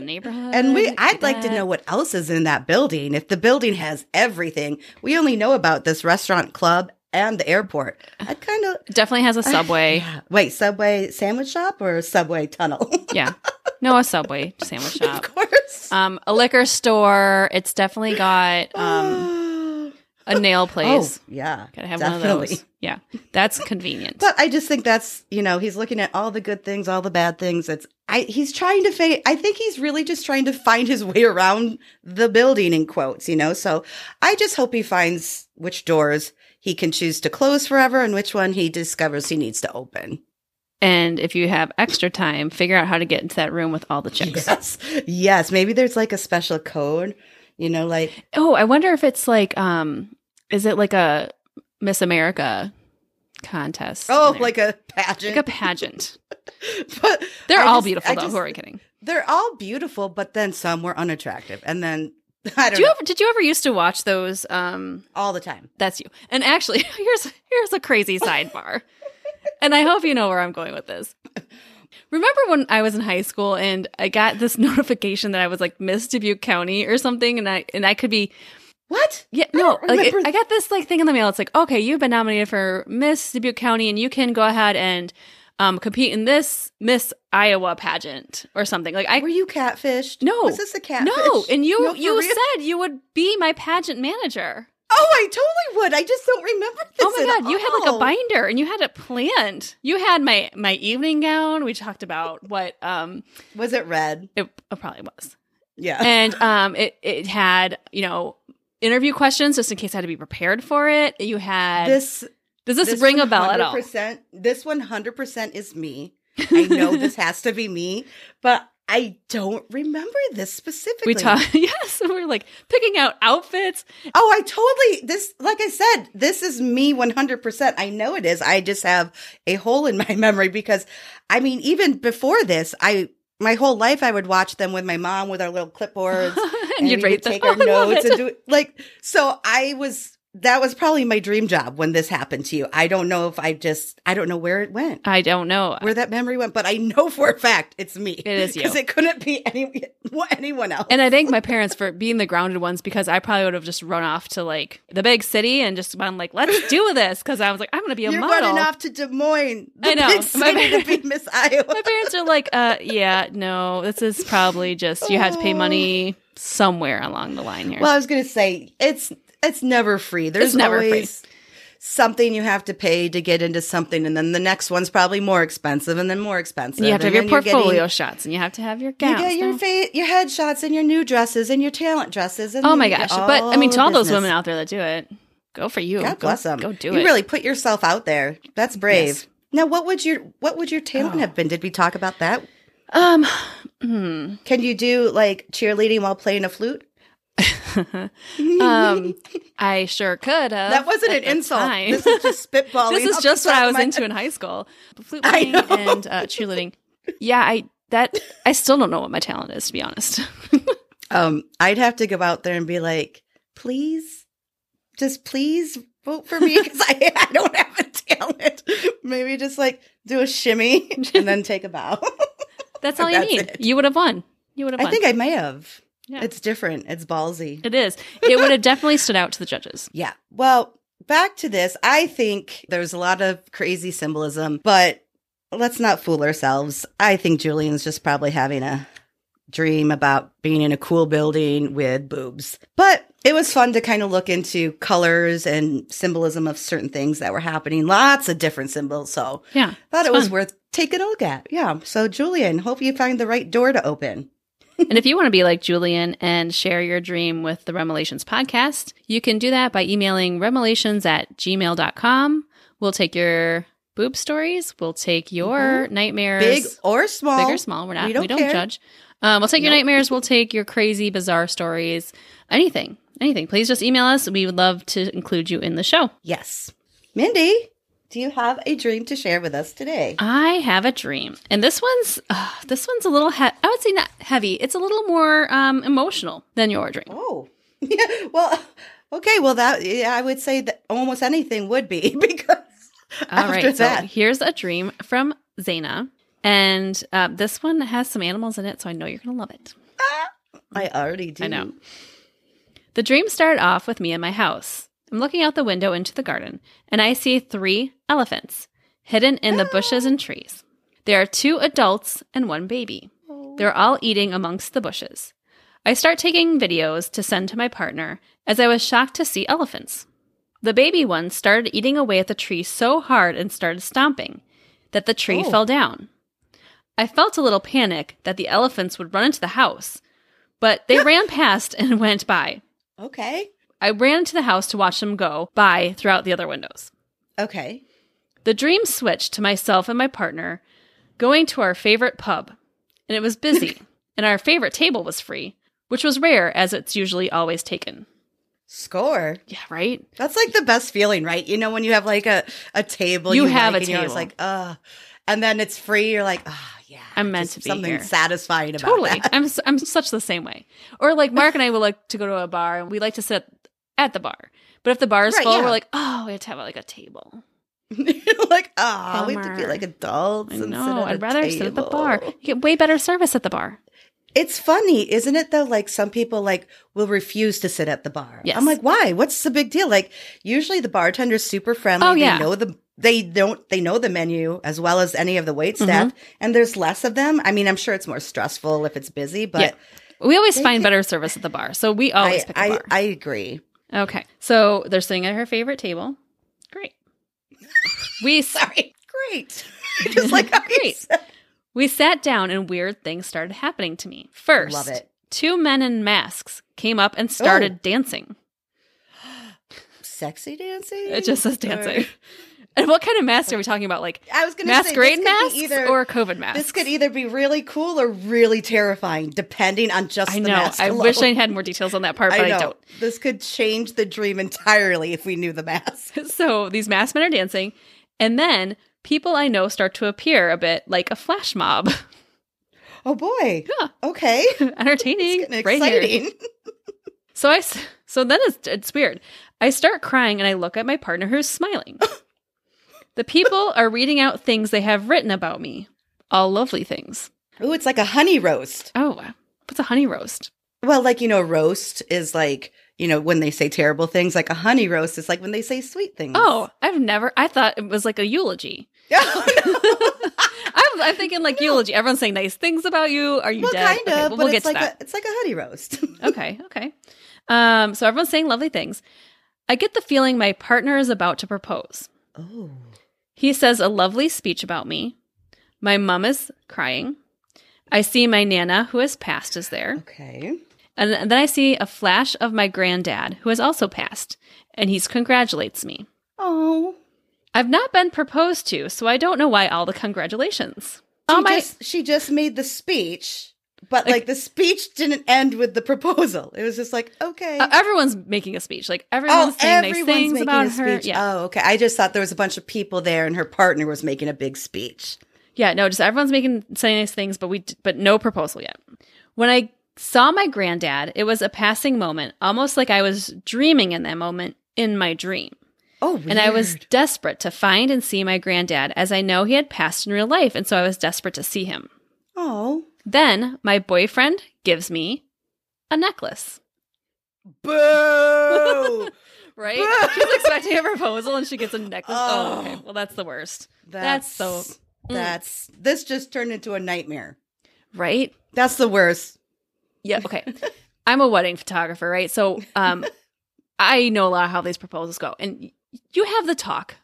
Speaker 2: neighborhood.
Speaker 1: And we,
Speaker 2: It could
Speaker 1: I'd
Speaker 2: be
Speaker 1: like to
Speaker 2: that.
Speaker 1: know what else is in that building. If the building has everything, we only know about this restaurant, club, and the airport. I'd kind of
Speaker 2: Definitely has a subway.
Speaker 1: Uh, Yeah. Wait, Subway sandwich shop or Subway tunnel?
Speaker 2: yeah. No, a subway sandwich
Speaker 1: of
Speaker 2: shop. Uh,
Speaker 1: course.
Speaker 2: Um, a liquor store. It's definitely got um, a nail place.
Speaker 1: Ah. Oh, yeah.
Speaker 2: Gotta have one
Speaker 1: definitely.
Speaker 2: of those. Yeah, that's convenient.
Speaker 1: But I just think that's, you know, he's looking at all the good things, all the bad things. It's, I, he's trying to fade. I think he's really just trying to find his way around the building in quotes, you know? So I just hope he finds which doors he can choose to close forever and which one he discovers he needs to open.
Speaker 2: and if you have extra time, figure out how to get into that room with all the chicks.
Speaker 1: Yes. Yes. Maybe there's like a special code, you know, like,
Speaker 2: Oh, I wonder if it's like, um, is it like a Miss America contest?
Speaker 1: oh,
Speaker 2: in there?
Speaker 1: like a
Speaker 2: like
Speaker 1: pageant.
Speaker 2: a pageant.
Speaker 1: but
Speaker 2: They're
Speaker 1: I
Speaker 2: all
Speaker 1: just-
Speaker 2: beautiful
Speaker 1: I
Speaker 2: though.
Speaker 1: just-
Speaker 2: Who are you kidding?
Speaker 1: They're all beautiful, but then some were unattractive. And then I don't
Speaker 2: Do you
Speaker 1: know,
Speaker 2: ever, did you ever used to watch those? Um,
Speaker 1: all the time.
Speaker 2: that's you. And actually, here's here's a crazy sidebar. and I hope you know where I'm going with this. Remember when I was in high school and I got this notification that I was like Miss Dubuque County or something, and I and I could be
Speaker 1: What?
Speaker 2: yeah no
Speaker 1: don't
Speaker 2: like it-
Speaker 1: remember
Speaker 2: I got this like thing in the mail. It's like okay, you've been nominated for Miss Dubuque County, and you can go ahead and um, compete in this Miss Iowa pageant or something. Like I
Speaker 1: Were you catfished?
Speaker 2: No.
Speaker 1: Was this a catfish?
Speaker 2: no, and you
Speaker 1: No, for
Speaker 2: you
Speaker 1: real?
Speaker 2: said you would be my pageant manager.
Speaker 1: Oh, I totally would. I just don't remember this.
Speaker 2: Oh my
Speaker 1: at
Speaker 2: god, you had like a
Speaker 1: all.
Speaker 2: binder and you had it planned. You had my my evening gown. We talked about what um
Speaker 1: Was it red?
Speaker 2: it, it probably was.
Speaker 1: Yeah.
Speaker 2: And um it it had, you know, interview questions just in case I had to be prepared for it. You had
Speaker 1: this
Speaker 2: Does this, ring a bell at all?
Speaker 1: 100% This one hundred percent is me. I know this has to be me, but I don't remember this specifically.
Speaker 2: We talked yes, we were like picking out outfits.
Speaker 1: Oh, I totally this like I said, this is me 100%. I know it is. I just have a hole in my memory because I mean, even before this, I my whole life I would watch them with my mom with our little clipboards
Speaker 2: and
Speaker 1: we
Speaker 2: you'd
Speaker 1: would
Speaker 2: rate them.
Speaker 1: take our
Speaker 2: I love
Speaker 1: notes
Speaker 2: it.
Speaker 1: and do it. like so I was that was probably my dream job when this happened to you. I don't know if I just I don't know where it went.
Speaker 2: I don't know.
Speaker 1: Where that memory went, but I know for a fact it's me. It
Speaker 2: is you.
Speaker 1: Because it couldn't be any anyone else.
Speaker 2: And I thank my parents for being the grounded ones because I probably would have just run off to like the big city and just been like, let's do this. Cause I was like, I'm going to be a
Speaker 1: You're
Speaker 2: model.
Speaker 1: running off to Des Moines. The
Speaker 2: I know.
Speaker 1: Big
Speaker 2: My
Speaker 1: city to be Miss Iowa.
Speaker 2: my parents are like, uh, yeah, no, this is probably just you have to pay money somewhere along the line here.
Speaker 1: Oh. Well, I was gonna say it's it's never free. There's
Speaker 2: never free.
Speaker 1: always something you have to pay to get into something, and then the next one's probably more expensive, and then more expensive.
Speaker 2: you have to have
Speaker 1: and
Speaker 2: your
Speaker 1: then you're
Speaker 2: portfolio
Speaker 1: getting-
Speaker 2: shots and you have to have your
Speaker 1: You
Speaker 2: gowns.
Speaker 1: get your
Speaker 2: No.
Speaker 1: fa- your headshots and your new dresses and your talent dresses. And
Speaker 2: oh
Speaker 1: then
Speaker 2: my
Speaker 1: you get
Speaker 2: gosh! But I mean, to all
Speaker 1: the
Speaker 2: those
Speaker 1: business.
Speaker 2: women out there that do it, go for you.
Speaker 1: God
Speaker 2: go,
Speaker 1: bless them.
Speaker 2: Go do
Speaker 1: you
Speaker 2: it.
Speaker 1: really put yourself out there. That's brave.
Speaker 2: Yes.
Speaker 1: Now, what would your what would your talent
Speaker 2: Oh.
Speaker 1: have been? Did we talk about that?
Speaker 2: um. hmm.
Speaker 1: Can you do like cheerleading while playing a flute?
Speaker 2: um, I sure could have.
Speaker 1: That wasn't
Speaker 2: at
Speaker 1: an
Speaker 2: the
Speaker 1: insult.
Speaker 2: time.
Speaker 1: This is just spitballing.
Speaker 2: This
Speaker 1: off
Speaker 2: is
Speaker 1: the
Speaker 2: just what
Speaker 1: top
Speaker 2: I
Speaker 1: of
Speaker 2: was
Speaker 1: my-
Speaker 2: into in high school: flute
Speaker 1: I
Speaker 2: playing
Speaker 1: know.
Speaker 2: and uh, cheerleading. Yeah, I that I still don't know what my talent is to be honest.
Speaker 1: Um, I'd have to go out there and be like, please, just please vote for me because I, I don't have a talent. Maybe just like do a shimmy and then take a bow.
Speaker 2: That's all you
Speaker 1: That's
Speaker 2: need.
Speaker 1: it.
Speaker 2: You would have won. You would have
Speaker 1: I
Speaker 2: won.
Speaker 1: think I may have.
Speaker 2: Yeah.
Speaker 1: It's different. It's ballsy.
Speaker 2: It is. It would have definitely stood out to the judges.
Speaker 1: Yeah. Well, back to this. I think there's a lot of crazy symbolism, but let's not fool ourselves. I think Julian's just probably having a dream about being in a cool building with boobs. But it was fun to kind of look into colors and symbolism of certain things that were happening. Lots of different symbols. So
Speaker 2: Yeah.
Speaker 1: thought it was
Speaker 2: fun.
Speaker 1: worth taking a look at. Yeah. So Julian, hope you find the right door to open.
Speaker 2: And if you want to be like Julian and share your dream with the Remelations podcast, you can do that by emailing remelations at gmail.com. We'll take your boob stories. We'll take your nightmares.
Speaker 1: Mm-hmm. Big or small.
Speaker 2: big or small. We're not,
Speaker 1: We
Speaker 2: we
Speaker 1: don't
Speaker 2: don't,
Speaker 1: care.
Speaker 2: judge. Um, we'll take your
Speaker 1: Nope.
Speaker 2: nightmares. We'll take your crazy, bizarre stories. Anything, anything. Please just email us. We would love to include you in the show.
Speaker 1: Yes. Mindy, do you have a dream to share with us today?
Speaker 2: I have a dream, and this one's uh, this one's a little. He- I would say not heavy. It's a little more um, emotional than your dream.
Speaker 1: Oh, yeah. Well, okay. Well, that yeah, I would say that almost anything would be because
Speaker 2: All
Speaker 1: after
Speaker 2: right,
Speaker 1: that,
Speaker 2: so here's a dream from Zaina, and uh, this one has some animals in it, so I know you're gonna love it.
Speaker 1: I already do.
Speaker 2: I know. The dream started off with me in my house. I'm looking out the window into the garden, and I see three elephants hidden in the bushes and trees. There are two adults and one baby. They're all eating amongst the bushes. I start taking videos to send to my partner as I was shocked to see elephants. The baby one started eating away at the tree so hard and started stomping that the tree
Speaker 1: Oh.
Speaker 2: fell down. I felt a little panic that the elephants would run into the house, but they ran past and went by.
Speaker 1: Okay.
Speaker 2: I ran into the house to watch them go by throughout the other windows.
Speaker 1: Okay.
Speaker 2: The dream switched to myself and my partner going to our favorite pub, and it was busy, and our favorite table was free, which was rare as it's usually always taken.
Speaker 1: Score.
Speaker 2: Yeah, right?
Speaker 1: That's like the best feeling, right? You know, when you have like a, a table,
Speaker 2: You have
Speaker 1: like,
Speaker 2: a
Speaker 1: and You're always
Speaker 2: table.
Speaker 1: like, ugh. And then it's free. You're like, ah, yeah.
Speaker 2: I'm meant
Speaker 1: just
Speaker 2: to be
Speaker 1: Something
Speaker 2: here.
Speaker 1: satisfying about
Speaker 2: Totally.
Speaker 1: that.
Speaker 2: I'm, s- I'm such the same way. Or like Mark and I would like to go to a bar, and we like to sit at the bar. But if the bar is
Speaker 1: Right,
Speaker 2: full,
Speaker 1: yeah.
Speaker 2: we're like, oh, we have to have like a table.
Speaker 1: You're like, ah, we have to be
Speaker 2: Bummer.
Speaker 1: like adults.
Speaker 2: I
Speaker 1: and
Speaker 2: know.
Speaker 1: sit at
Speaker 2: I'd
Speaker 1: a
Speaker 2: rather sit at the
Speaker 1: table.
Speaker 2: bar. You get way better service at the bar.
Speaker 1: It's funny, isn't it though? Like some people like will refuse to sit at the bar.
Speaker 2: Yes.
Speaker 1: I'm like, why? What's the big deal? Like usually the bartender's super friendly.
Speaker 2: Oh, yeah.
Speaker 1: They know the they don't they know the menu as well as any of the wait
Speaker 2: Mm-hmm.
Speaker 1: staff. And there's less of them. I mean, I'm sure it's more stressful if it's busy, but
Speaker 2: We always
Speaker 1: They
Speaker 2: find
Speaker 1: could-
Speaker 2: better service at the bar. So we
Speaker 1: I,
Speaker 2: always Oh, pick a
Speaker 1: I,
Speaker 2: bar.
Speaker 1: I agree.
Speaker 2: Okay. So they're sitting at her favorite table. Great. We sorry.
Speaker 1: Great. Just like how you
Speaker 2: Great.
Speaker 1: said.
Speaker 2: We sat down and weird things started happening to me. First,
Speaker 1: Love it. Oh.
Speaker 2: two men in masks came up and started dancing.
Speaker 1: Sexy dancing.
Speaker 2: It Uh, just says
Speaker 1: Or-
Speaker 2: dancing. And what kind of masks are we talking about? Like
Speaker 1: I was gonna
Speaker 2: masquerade
Speaker 1: say, this could
Speaker 2: masks
Speaker 1: be either,
Speaker 2: or COVID masks?
Speaker 1: this could either be really cool or really terrifying, depending on just
Speaker 2: I
Speaker 1: the
Speaker 2: know.
Speaker 1: mask
Speaker 2: I
Speaker 1: alone.
Speaker 2: wish I had more details on that part, but I, don't.
Speaker 1: This could change the dream entirely if we knew the mask.
Speaker 2: So these masked men are dancing, and then people I know start to appear a bit like a flash mob.
Speaker 1: Oh boy.
Speaker 2: Yeah.
Speaker 1: Okay.
Speaker 2: Entertaining,
Speaker 1: It's getting
Speaker 2: right here.
Speaker 1: exciting.
Speaker 2: So I s- so then it's, it's weird. I start crying and I look at my partner who's smiling. the people are reading out things they have written about me, all lovely things.
Speaker 1: Ooh, it's like a honey roast.
Speaker 2: Oh, what's a honey roast?
Speaker 1: Well, like you know, roast is like you know when they say terrible things. Like a honey roast is like when they say sweet things.
Speaker 2: Oh, I've never. I thought it was like a eulogy.
Speaker 1: Yeah.
Speaker 2: I'm, I'm thinking like eulogy. Everyone's saying nice things about you. Are you
Speaker 1: well,
Speaker 2: dead?
Speaker 1: kind of,
Speaker 2: Okay, well,
Speaker 1: but
Speaker 2: we'll
Speaker 1: it's
Speaker 2: get to
Speaker 1: like
Speaker 2: that.
Speaker 1: a it's like a honey roast.
Speaker 2: okay, okay. Um, so everyone's saying lovely things. I get the feeling my partner is about to propose.
Speaker 1: oh,
Speaker 2: He says a lovely speech about me. My mum is crying. I see my nana, who has passed, is there.
Speaker 1: okay.
Speaker 2: And th- then I see a flash of my granddad, who has also passed, and he's congratulates me.
Speaker 1: Oh,
Speaker 2: I've not been proposed to, so I don't know why all the congratulations.
Speaker 1: she
Speaker 2: All my,
Speaker 1: just she just made the speech, but
Speaker 2: Like-
Speaker 1: like, the speech didn't end with the proposal. It was just like okay.
Speaker 2: uh, everyone's making a speech. Like everyone's saying nice things about her. Yeah,
Speaker 1: Oh, okay. I just thought there was a bunch of people there, and her partner was making a big speech.
Speaker 2: yeah. No, just everyone's making saying nice things, but we d- but no proposal yet. When I saw my granddad, it was a passing moment, almost like I was dreaming in that moment in my dream.
Speaker 1: Oh, weird.
Speaker 2: And I was desperate to find and see my granddad, as I know he had passed in real life, and so I was desperate to see him.
Speaker 1: oh,
Speaker 2: Then my boyfriend gives me a necklace.
Speaker 1: boo!
Speaker 2: Right?
Speaker 1: Boo!
Speaker 2: She's expecting a proposal and she gets a necklace. Oh,
Speaker 1: Oh.
Speaker 2: okay. Well, that's the worst.
Speaker 1: that's,
Speaker 2: so- mm.
Speaker 1: That's this just turned into a nightmare.
Speaker 2: Right?
Speaker 1: That's the worst.
Speaker 2: Yeah. Okay. I'm a wedding photographer, right? So um, I know a lot of how these proposals go. And y- you have the talk.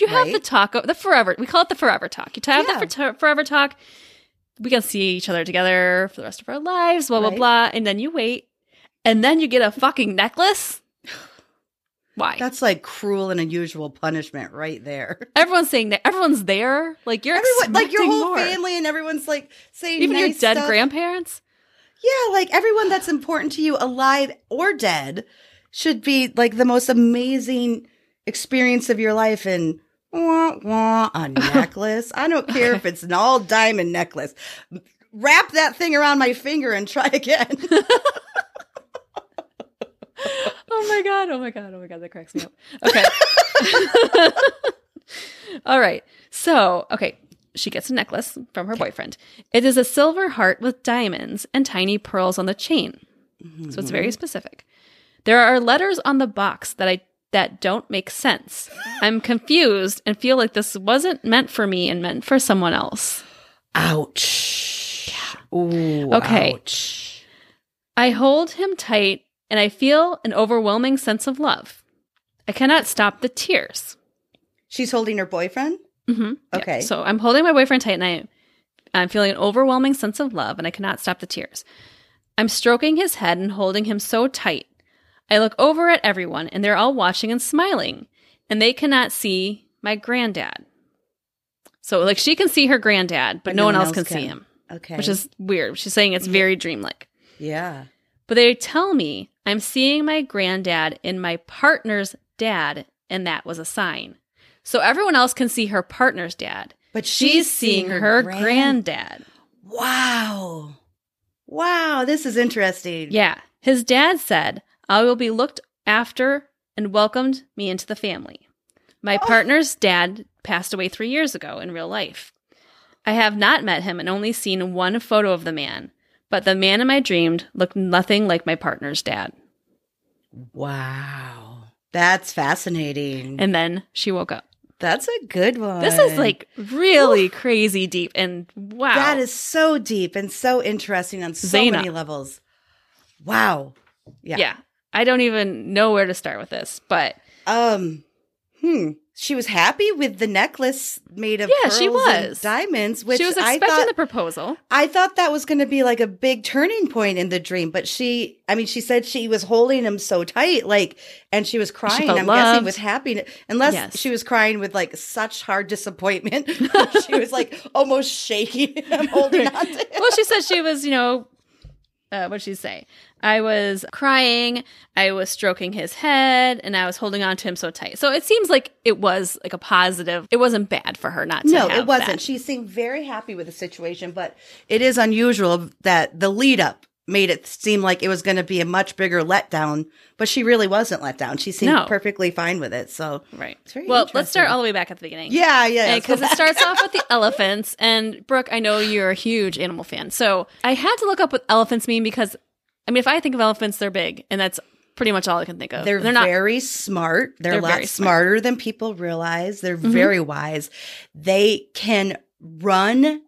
Speaker 2: You have the
Speaker 1: Right.
Speaker 2: talk, the forever. We call it the forever talk. You have
Speaker 1: Yeah.
Speaker 2: the for- forever talk. We can see each other together for the rest of our lives, blah, blah,
Speaker 1: Right.
Speaker 2: blah. And then you wait. And then you get a fucking necklace. Why?
Speaker 1: That's like cruel and unusual punishment right there.
Speaker 2: everyone's saying that. Everyone's there. Like you're
Speaker 1: Everyone, like your
Speaker 2: expecting
Speaker 1: whole
Speaker 2: more.
Speaker 1: family, and everyone's like saying
Speaker 2: Even your
Speaker 1: nice
Speaker 2: dead
Speaker 1: stuff.
Speaker 2: grandparents.
Speaker 1: Yeah, like everyone that's important to you, alive or dead, should be like the most amazing experience of your life. And wah, wah, a necklace. I don't care if it's an all diamond necklace. Wrap that thing around my finger and try again.
Speaker 2: Oh my god! Oh my god! Oh my god! That cracks me up. Okay. All right. So okay, she gets a necklace from her boyfriend. It is a silver heart with diamonds and tiny pearls on the chain. So it's very specific. There are letters on the box that I that don't make sense. I'm confused and feel like this wasn't meant for me and meant for someone else.
Speaker 1: Ouch. Ooh,
Speaker 2: Okay.
Speaker 1: ouch.
Speaker 2: I hold him tight and I feel an overwhelming sense of love. I cannot stop the tears.
Speaker 1: She's holding her boyfriend.
Speaker 2: Mm-hmm.
Speaker 1: Okay.
Speaker 2: So I'm holding my boyfriend tight, and I, I'm feeling an overwhelming sense of love, and I cannot stop the tears. I'm stroking his head and holding him so tight. I look over at everyone, and they're all watching and smiling, and they cannot see my granddad. So, like, she can see her granddad, but, no, one else, can, Mm-hmm. see him,
Speaker 1: Okay.
Speaker 2: which is weird. She's saying it's very dreamlike.
Speaker 1: yeah.
Speaker 2: But they tell me I'm seeing my granddad in my partner's dad, and that was a sign. So everyone else can see her partner's dad.
Speaker 1: But
Speaker 2: She's, seeing, her granddad.
Speaker 1: Wow. Wow. This is interesting.
Speaker 2: Yeah. His dad said, I will be looked after and welcomed me into the family. My
Speaker 1: Oh.
Speaker 2: partner's dad passed away three years ago in real life. I have not met him and only seen one photo of the man, but the man in my dream looked nothing like my partner's dad.
Speaker 1: Wow. That's fascinating.
Speaker 2: And then she woke up.
Speaker 1: That's a good one.
Speaker 2: This is like really crazy deep and wow.
Speaker 1: that is so deep and so interesting on so
Speaker 2: Zaina.
Speaker 1: many levels. Wow.
Speaker 2: yeah.
Speaker 1: Yeah.
Speaker 2: I don't even know where to start with this, but
Speaker 1: Um. Hmm. She was happy with the necklace made of
Speaker 2: Yeah, she
Speaker 1: pearls and
Speaker 2: was.
Speaker 1: diamonds, which
Speaker 2: she was
Speaker 1: I
Speaker 2: expecting
Speaker 1: thought
Speaker 2: the proposal.
Speaker 1: I thought that was going to be like a big turning point in the dream, but she, I mean, she said she was holding him so tight, like, and she was crying.
Speaker 2: felt
Speaker 1: I'm
Speaker 2: loved.
Speaker 1: guessing with happiness, unless
Speaker 2: Yes.
Speaker 1: she was crying with like such hard disappointment. she was like almost shaking him, holding on to him.
Speaker 2: well, she said she was, you know, uh, what'd she say? I was crying, I was stroking his head, and I was holding on to him so tight. So it seems like it was like a positive. It wasn't bad for her not to
Speaker 1: No,
Speaker 2: have
Speaker 1: it wasn't.
Speaker 2: that.
Speaker 1: She seemed very happy with the situation, but it is unusual that the lead up made it seem like it was going to be a much bigger letdown, but she really wasn't let down. She seemed
Speaker 2: No.
Speaker 1: perfectly fine with it. So,
Speaker 2: Right.
Speaker 1: It's very
Speaker 2: Well, let's start
Speaker 1: interesting.
Speaker 2: all the way back at the beginning.
Speaker 1: yeah, yeah.
Speaker 2: because it starts off with the elephants. And Brooke, I know you're a huge animal fan, so I had to look up what elephants mean because, I mean, if I think of elephants, they're big, and that's pretty much all I can think of.
Speaker 1: They're,
Speaker 2: Oh, they're not
Speaker 1: very smart. They're,
Speaker 2: They're
Speaker 1: a lot
Speaker 2: very smart. Mm-hmm.
Speaker 1: smarter than people realize. They're very wise. They can run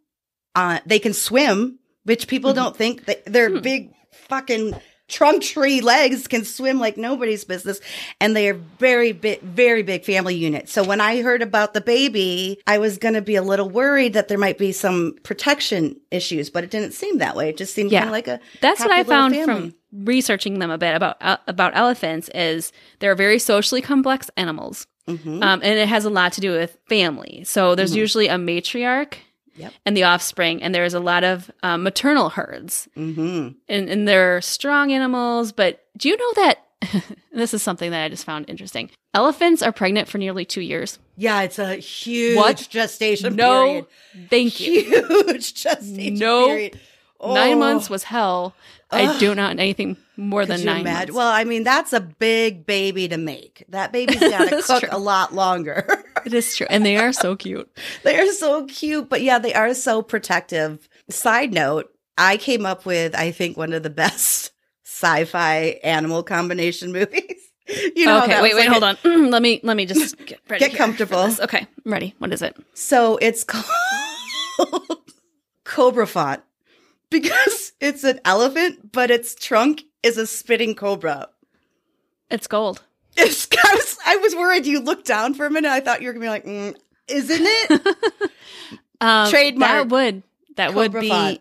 Speaker 1: on they can swim, which people
Speaker 2: Mm-hmm.
Speaker 1: don't think that their
Speaker 2: Hmm.
Speaker 1: big fucking trunk tree legs can swim like nobody's business and they are very big very big family unit so when i heard about the baby i was going to be a little worried that there might be some protection issues but it didn't seem that way it just seemed
Speaker 2: Yeah.
Speaker 1: kind of like a
Speaker 2: That's what
Speaker 1: happy
Speaker 2: I
Speaker 1: little
Speaker 2: found
Speaker 1: family.
Speaker 2: from researching them a bit about uh, about elephants is they're very socially complex animals,
Speaker 1: Mhm.
Speaker 2: um, and it has a lot to do with family. So there's usually a matriarch
Speaker 1: Mm-hmm. Yep.
Speaker 2: and the offspring, and there's a lot of um, maternal herds,
Speaker 1: mhm
Speaker 2: and, and they're strong animals. But do you know that? this is something that I just found interesting. Elephants are pregnant for nearly two years.
Speaker 1: Yeah, it's a huge
Speaker 2: What?
Speaker 1: gestation
Speaker 2: No,
Speaker 1: period.
Speaker 2: thank you.
Speaker 1: Huge gestation
Speaker 2: No.
Speaker 1: period.
Speaker 2: Nine
Speaker 1: Oh,
Speaker 2: months was hell. I do not anything more
Speaker 1: could
Speaker 2: than
Speaker 1: you
Speaker 2: nine
Speaker 1: imagine?
Speaker 2: months.
Speaker 1: Well, I mean, that's a big baby to make. That baby's got to
Speaker 2: That's
Speaker 1: cook
Speaker 2: true.
Speaker 1: a lot longer.
Speaker 2: it is true, and they are so cute.
Speaker 1: they are so cute, but yeah, they are so protective. Side note, I came up with, I think, one of the best sci fi animal combination movies. You know, how
Speaker 2: okay,
Speaker 1: that
Speaker 2: wait,
Speaker 1: was
Speaker 2: wait,
Speaker 1: like
Speaker 2: hold
Speaker 1: a-
Speaker 2: on. Mm, let me let me just get ready.
Speaker 1: Get
Speaker 2: here
Speaker 1: comfortable.
Speaker 2: for this. Okay, I'm ready. What is it?
Speaker 1: So it's called Cobra Font because it's an elephant, but its trunk is a spitting cobra.
Speaker 2: It's gold.
Speaker 1: It's, I, was, I was worried you looked down for a minute. I thought you were going to be like, mm, isn't it?
Speaker 2: Um,
Speaker 1: Trademark.
Speaker 2: That would that would
Speaker 1: Cobra
Speaker 2: be
Speaker 1: font.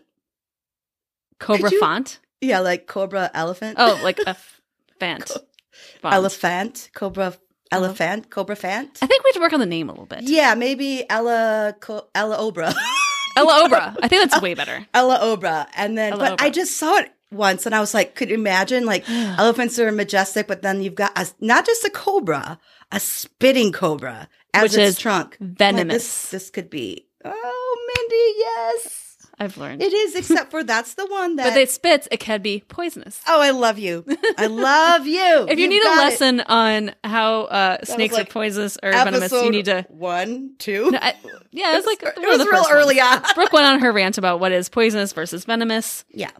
Speaker 2: Cobra
Speaker 1: Could you-
Speaker 2: font.
Speaker 1: yeah, like Cobra Elephant.
Speaker 2: Oh, like a f- fant. font. Uh-huh.
Speaker 1: Elephant, Cobra, Elephant, Cobra Fant.
Speaker 2: I think we have to work on the name a little bit.
Speaker 1: Yeah, maybe Ella, Co- Ella Obra.
Speaker 2: Ella Obra. I think that's way better.
Speaker 1: Ella Obra. And then,
Speaker 2: Ella
Speaker 1: but I
Speaker 2: Obra.
Speaker 1: just saw it once and I was like, could you imagine? Like, elephants are majestic, but then you've got a, not just a cobra, a spitting cobra as
Speaker 2: Which
Speaker 1: its
Speaker 2: is
Speaker 1: trunk. I'm like,
Speaker 2: Venomous.
Speaker 1: this, this could be. Oh, Mindy, yes.
Speaker 2: I've learned.
Speaker 1: It is, except for that's the one that.
Speaker 2: but it spits. It can be poisonous.
Speaker 1: oh, I love you. I love you.
Speaker 2: If you
Speaker 1: You've
Speaker 2: need a
Speaker 1: got it.
Speaker 2: lesson on how uh, snakes
Speaker 1: like
Speaker 2: are poisonous or venomous,
Speaker 1: episode
Speaker 2: you need to.
Speaker 1: one, two.
Speaker 2: I, yeah, it was like
Speaker 1: it
Speaker 2: one of
Speaker 1: was
Speaker 2: the
Speaker 1: real
Speaker 2: first ones.
Speaker 1: early on.
Speaker 2: Brooke went on her rant about what is poisonous versus venomous.
Speaker 1: Yeah.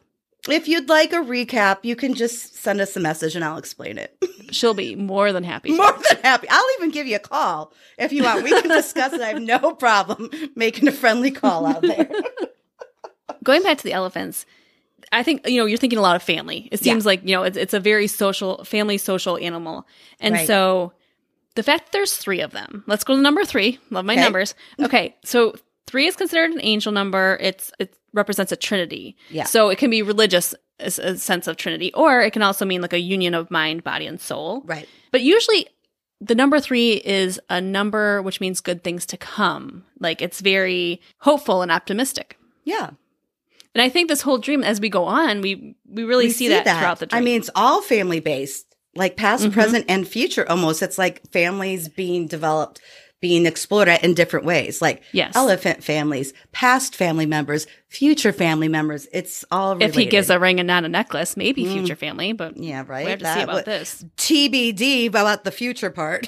Speaker 1: If you'd like a recap, you can just send us a message and I'll explain it.
Speaker 2: She'll be more than happy. to.
Speaker 1: More than happy. I'll even give you a call if you want. We can discuss it. I have no problem making a friendly call out there.
Speaker 2: going back to the elephants i think you know you're thinking a lot of family it
Speaker 1: Yeah.
Speaker 2: seems like you know it's, it's a very social family social animal and
Speaker 1: Right.
Speaker 2: so the fact that there's three of them. Let's go to number three. Love my
Speaker 1: Okay.
Speaker 2: numbers. Okay, so three is considered an angel number. It's it represents a trinity.
Speaker 1: Yeah.
Speaker 2: So it can be religious as a sense of trinity, or it can also mean like a union of mind, body, and soul.
Speaker 1: Right.
Speaker 2: But usually, the number three is a number which means good things to come. Like it's very hopeful and optimistic.
Speaker 1: Yeah.
Speaker 2: And I think this whole dream, as we go on, we we really
Speaker 1: We
Speaker 2: see, that, throughout the dream.
Speaker 1: I mean, it's all family based, like past,
Speaker 2: Mhm.
Speaker 1: present, and future almost. It's like families being developed, being explored at in different ways, like
Speaker 2: yes.
Speaker 1: elephant families, past family members, future family members. It's all related.
Speaker 2: if he gives a ring and not a necklace, maybe
Speaker 1: Mm.
Speaker 2: future family, but
Speaker 1: yeah, right.
Speaker 2: we have to
Speaker 1: That
Speaker 2: see about
Speaker 1: would-
Speaker 2: this.
Speaker 1: TBD about the future part.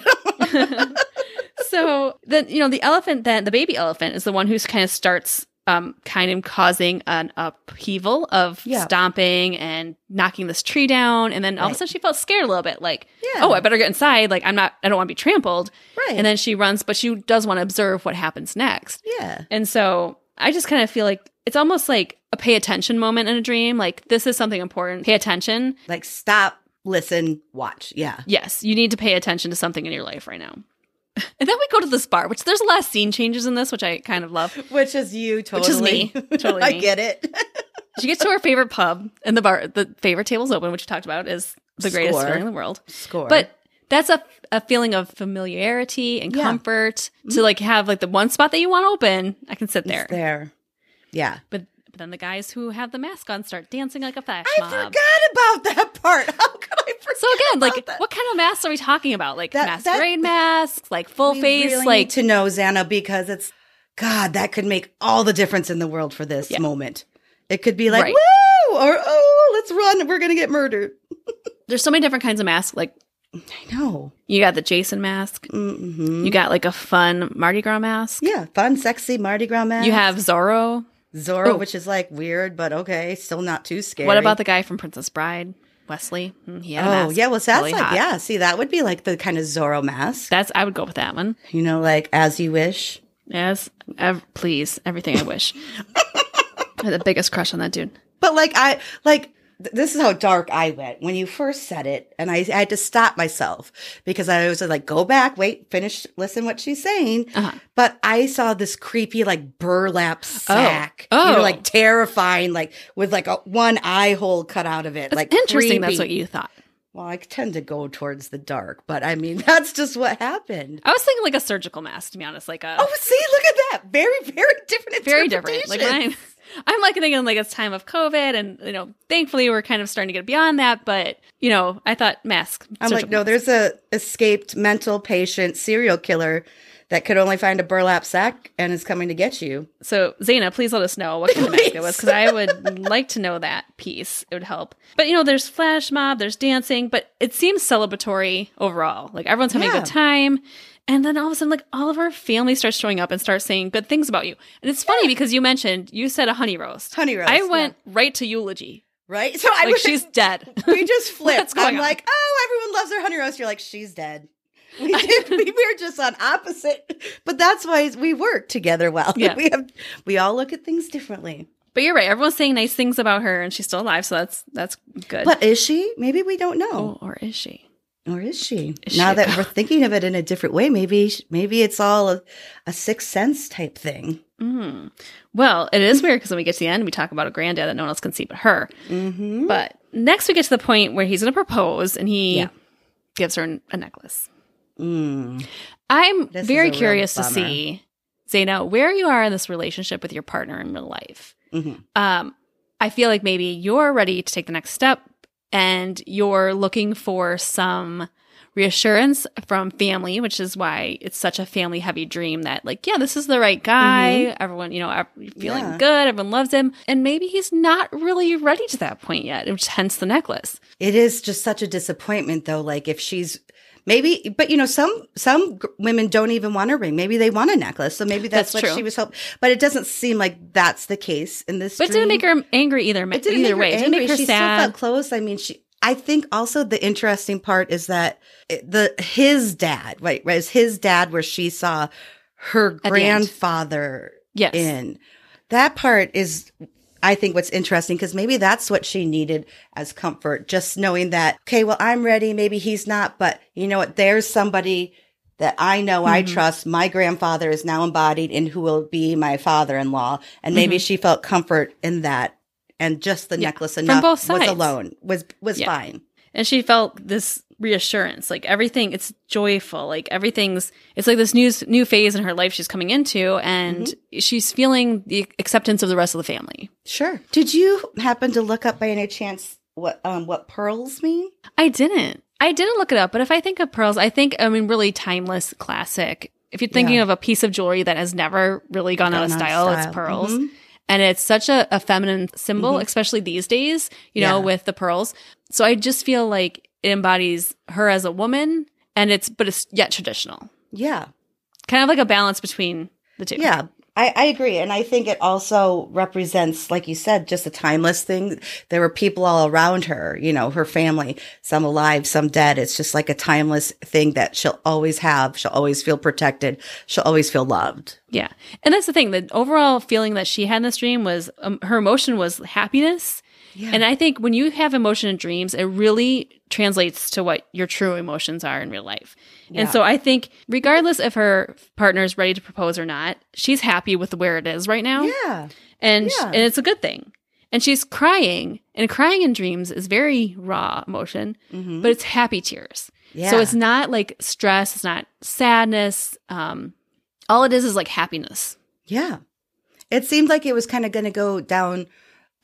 Speaker 2: so then, you know, the elephant, then the baby elephant is the one who's kind of starts um, kind of causing an upheaval of
Speaker 1: Yeah.
Speaker 2: stomping and knocking this tree down. And then all of a
Speaker 1: Right.
Speaker 2: sudden she felt scared a little bit, like,
Speaker 1: Yeah.
Speaker 2: oh, I better get inside. Like, I'm not, I don't want to be trampled.
Speaker 1: right.
Speaker 2: And then she runs, but she does want to observe what happens next.
Speaker 1: yeah.
Speaker 2: And so I just kind of feel like it's almost like a pay attention moment in a dream. Like, this is something important. Pay attention.
Speaker 1: Like stop, listen, watch. Yeah.
Speaker 2: Yes, you need to pay attention to something in your life right now. And then we go to this bar, which there's a lot of scene changes in this, which I kind of love.
Speaker 1: Which is you totally.
Speaker 2: Which is me. Totally
Speaker 1: I
Speaker 2: me.
Speaker 1: get it.
Speaker 2: She gets to her favorite pub, and the bar, the favorite table's open, which you talked about is the greatest
Speaker 1: Score.
Speaker 2: feeling in the world.
Speaker 1: Score.
Speaker 2: But that's a, a feeling of familiarity and
Speaker 1: Yeah.
Speaker 2: comfort to like have like the one spot that you want open. I can sit there.
Speaker 1: It's there. Yeah.
Speaker 2: But, but then the guys who have the mask on start dancing like a flash
Speaker 1: I
Speaker 2: mob.
Speaker 1: forgot about that part. How could I forget?
Speaker 2: So again, like
Speaker 1: that.
Speaker 2: what kind of masks are we talking about? Like
Speaker 1: That- that-
Speaker 2: masquerade masks, like full
Speaker 1: We
Speaker 2: face,
Speaker 1: really
Speaker 2: like
Speaker 1: need to know Xana because it's God that could make all the difference in the world for this
Speaker 2: Yeah.
Speaker 1: moment. It could be like
Speaker 2: Right.
Speaker 1: woo or oh let's run we're gonna get murdered.
Speaker 2: there's so many different kinds of masks. Like
Speaker 1: I know.
Speaker 2: You got the Jason mask.
Speaker 1: Mm-hmm.
Speaker 2: You got like a fun Mardi Gras mask.
Speaker 1: yeah, fun, sexy Mardi Gras mask.
Speaker 2: You have Zorro.
Speaker 1: Zorro,
Speaker 2: oh.
Speaker 1: which is like weird, but okay, still not too scary.
Speaker 2: What about the guy from Princess Bride? Wesley. Mm, He had a
Speaker 1: Oh
Speaker 2: mask.
Speaker 1: yeah, well that's
Speaker 2: Really
Speaker 1: like
Speaker 2: hot.
Speaker 1: yeah. See, that would be like the kind of Zorro mask,
Speaker 2: That's I would go with that one.
Speaker 1: you know, like as you wish.
Speaker 2: Yes, ev- please, everything I wish. I had the biggest crush on that dude.
Speaker 1: But like I like th- this is how dark I went when you first said it, and I, I had to stop myself because I was like, go back, wait, finish, listen what she's saying.
Speaker 2: Uh-huh.
Speaker 1: But I saw this creepy like burlap sack, you know,
Speaker 2: Oh.
Speaker 1: like terrifying, like with like a one eye hole cut out of it. like
Speaker 2: Interesting. That's
Speaker 1: creepy.
Speaker 2: what you thought.
Speaker 1: Well, I tend to go towards the dark, but I mean that's just what happened.
Speaker 2: I was thinking like a surgical mask. To be honest, like a
Speaker 1: Oh, see, look at that. Very, very different.
Speaker 2: very different. Like when
Speaker 1: interpretation.
Speaker 2: I'm, I'm like thinking like it's time of COVID, and you know, thankfully we're kind of starting to get beyond that. But you know, I thought mask.
Speaker 1: I'm like,
Speaker 2: surgical
Speaker 1: no,
Speaker 2: mask.
Speaker 1: there's a escaped mental patient serial killer that could only find a burlap sack and is coming to get you.
Speaker 2: So, Zaina, please let us know what kind of mask it was
Speaker 1: Please.
Speaker 2: because I would like to know that piece. It would help. But you know, there's flash mob, there's dancing, but it seems celebratory overall. Like everyone's having a
Speaker 1: Yeah.
Speaker 2: good time. And then all of a sudden, like all of our family starts showing up and starts saying good things about you. And it's funny because you mentioned you said a honey roast.
Speaker 1: Honey roast.
Speaker 2: I
Speaker 1: yeah.
Speaker 2: went right to eulogy.
Speaker 1: right. So I
Speaker 2: Like
Speaker 1: was
Speaker 2: she's dead.
Speaker 1: we just flipped.
Speaker 2: What's going
Speaker 1: I'm
Speaker 2: on?
Speaker 1: like, oh, everyone loves their honey roast. You're like, she's dead. We did. we were just on opposite, but that's why we work together well.
Speaker 2: Yeah.
Speaker 1: we have we all look at things differently.
Speaker 2: But you're right. Everyone's saying nice things about her, and she's still alive. So that's that's good.
Speaker 1: But is she? Maybe we don't know,
Speaker 2: oh, or is she?
Speaker 1: or is she?
Speaker 2: Is
Speaker 1: now
Speaker 2: she?
Speaker 1: that we're thinking of it in a different way, maybe maybe it's all a, a sixth sense type thing.
Speaker 2: Mm. Well, it is weird because when we get to the end, we talk about a granddad that no one else can see but her.
Speaker 1: Mm-hmm.
Speaker 2: But next, we get to the point where he's going to propose, and he
Speaker 1: Yeah.
Speaker 2: gives her an- a necklace.
Speaker 1: Mm.
Speaker 2: I'm
Speaker 1: This is a
Speaker 2: very
Speaker 1: real
Speaker 2: curious to
Speaker 1: bummer.
Speaker 2: see, Zaina, where you are in this relationship with your partner in real life.
Speaker 1: Mm-hmm.
Speaker 2: Um, I feel like maybe you're ready to take the next step, and you're looking for some reassurance from family, which is why it's such a family heavy dream that, like, yeah, this is the right guy. Everyone, you know, ev- feeling
Speaker 1: Mm-hmm. Yeah.
Speaker 2: good. Everyone loves him, and maybe he's not really ready to that point yet. Which hence the necklace.
Speaker 1: It is just such a disappointment though. Like if she's maybe, but you know, some, some g- women don't even want a ring. Maybe they want a necklace. So maybe that's,
Speaker 2: That's
Speaker 1: what
Speaker 2: true.
Speaker 1: she was hoping, but it doesn't seem like that's the case in this.
Speaker 2: But it
Speaker 1: dream.
Speaker 2: didn't make her angry either.
Speaker 1: It didn't make her
Speaker 2: either way, it didn't
Speaker 1: angry.
Speaker 2: make her
Speaker 1: she
Speaker 2: sad.
Speaker 1: still felt close. I mean, she. I think also the interesting part is that it- the his dad, right, right, is his dad where she saw her
Speaker 2: At the end.
Speaker 1: grandfather
Speaker 2: yes,
Speaker 1: in. That part is, I think, what's interesting because maybe that's what she needed as comfort, just knowing that, okay, well, I'm ready. Maybe he's not, but you know what? There's somebody that I know I
Speaker 2: Mm-hmm.
Speaker 1: trust my grandfather is now embodied in who will be my father in law. And maybe she felt comfort in that. And just the
Speaker 2: Mm-hmm. Yeah,
Speaker 1: necklace
Speaker 2: from
Speaker 1: enough
Speaker 2: both
Speaker 1: was
Speaker 2: sides.
Speaker 1: alone, was was
Speaker 2: Yeah.
Speaker 1: fine.
Speaker 2: and she felt this reassurance like everything it's joyful like everything's it's like this new new phase in her life she's coming into and she's feeling the acceptance of the rest of the family
Speaker 1: Sure. Did you happen to look up by any chance what um what pearls mean?
Speaker 2: i didn't i didn't look it up but if i think of pearls i think i mean really timeless classic if you're thinking
Speaker 1: Yeah.
Speaker 2: of a piece of jewelry that has never really gone, out of
Speaker 1: Gone
Speaker 2: style, Mm-hmm. it's pearls and it's such a, a feminine symbol especially these days you know
Speaker 1: Yeah.
Speaker 2: with the pearls so i just feel like it embodies her as a woman and it's but it's yet traditional
Speaker 1: Yeah.
Speaker 2: kind of like a balance between the two.
Speaker 1: Yeah. I, I agree. And I think it also represents, like you said, just a timeless thing. There were people all around her, you know, her family, some alive, some dead. It's just like a timeless thing that she'll always have. She'll always feel protected. She'll always feel loved.
Speaker 2: Yeah. And that's the thing. The overall feeling that she had in this dream was um, her emotion was happiness.
Speaker 1: Yeah.
Speaker 2: And I think when you have emotion in dreams, it really translates to what your true emotions are in real life. And
Speaker 1: Yeah.
Speaker 2: so I think, regardless if her partner is ready to propose or not, she's happy with where it is right now.
Speaker 1: yeah.
Speaker 2: And, sh-
Speaker 1: Yeah.
Speaker 2: and it's a good thing. And she's crying. And crying in dreams is very raw emotion,
Speaker 1: Mhm.
Speaker 2: but it's happy tears.
Speaker 1: yeah.
Speaker 2: So it's not like stress, it's not sadness. Um, all it is is like happiness.
Speaker 1: Yeah. It seemed like it was kind of going to go down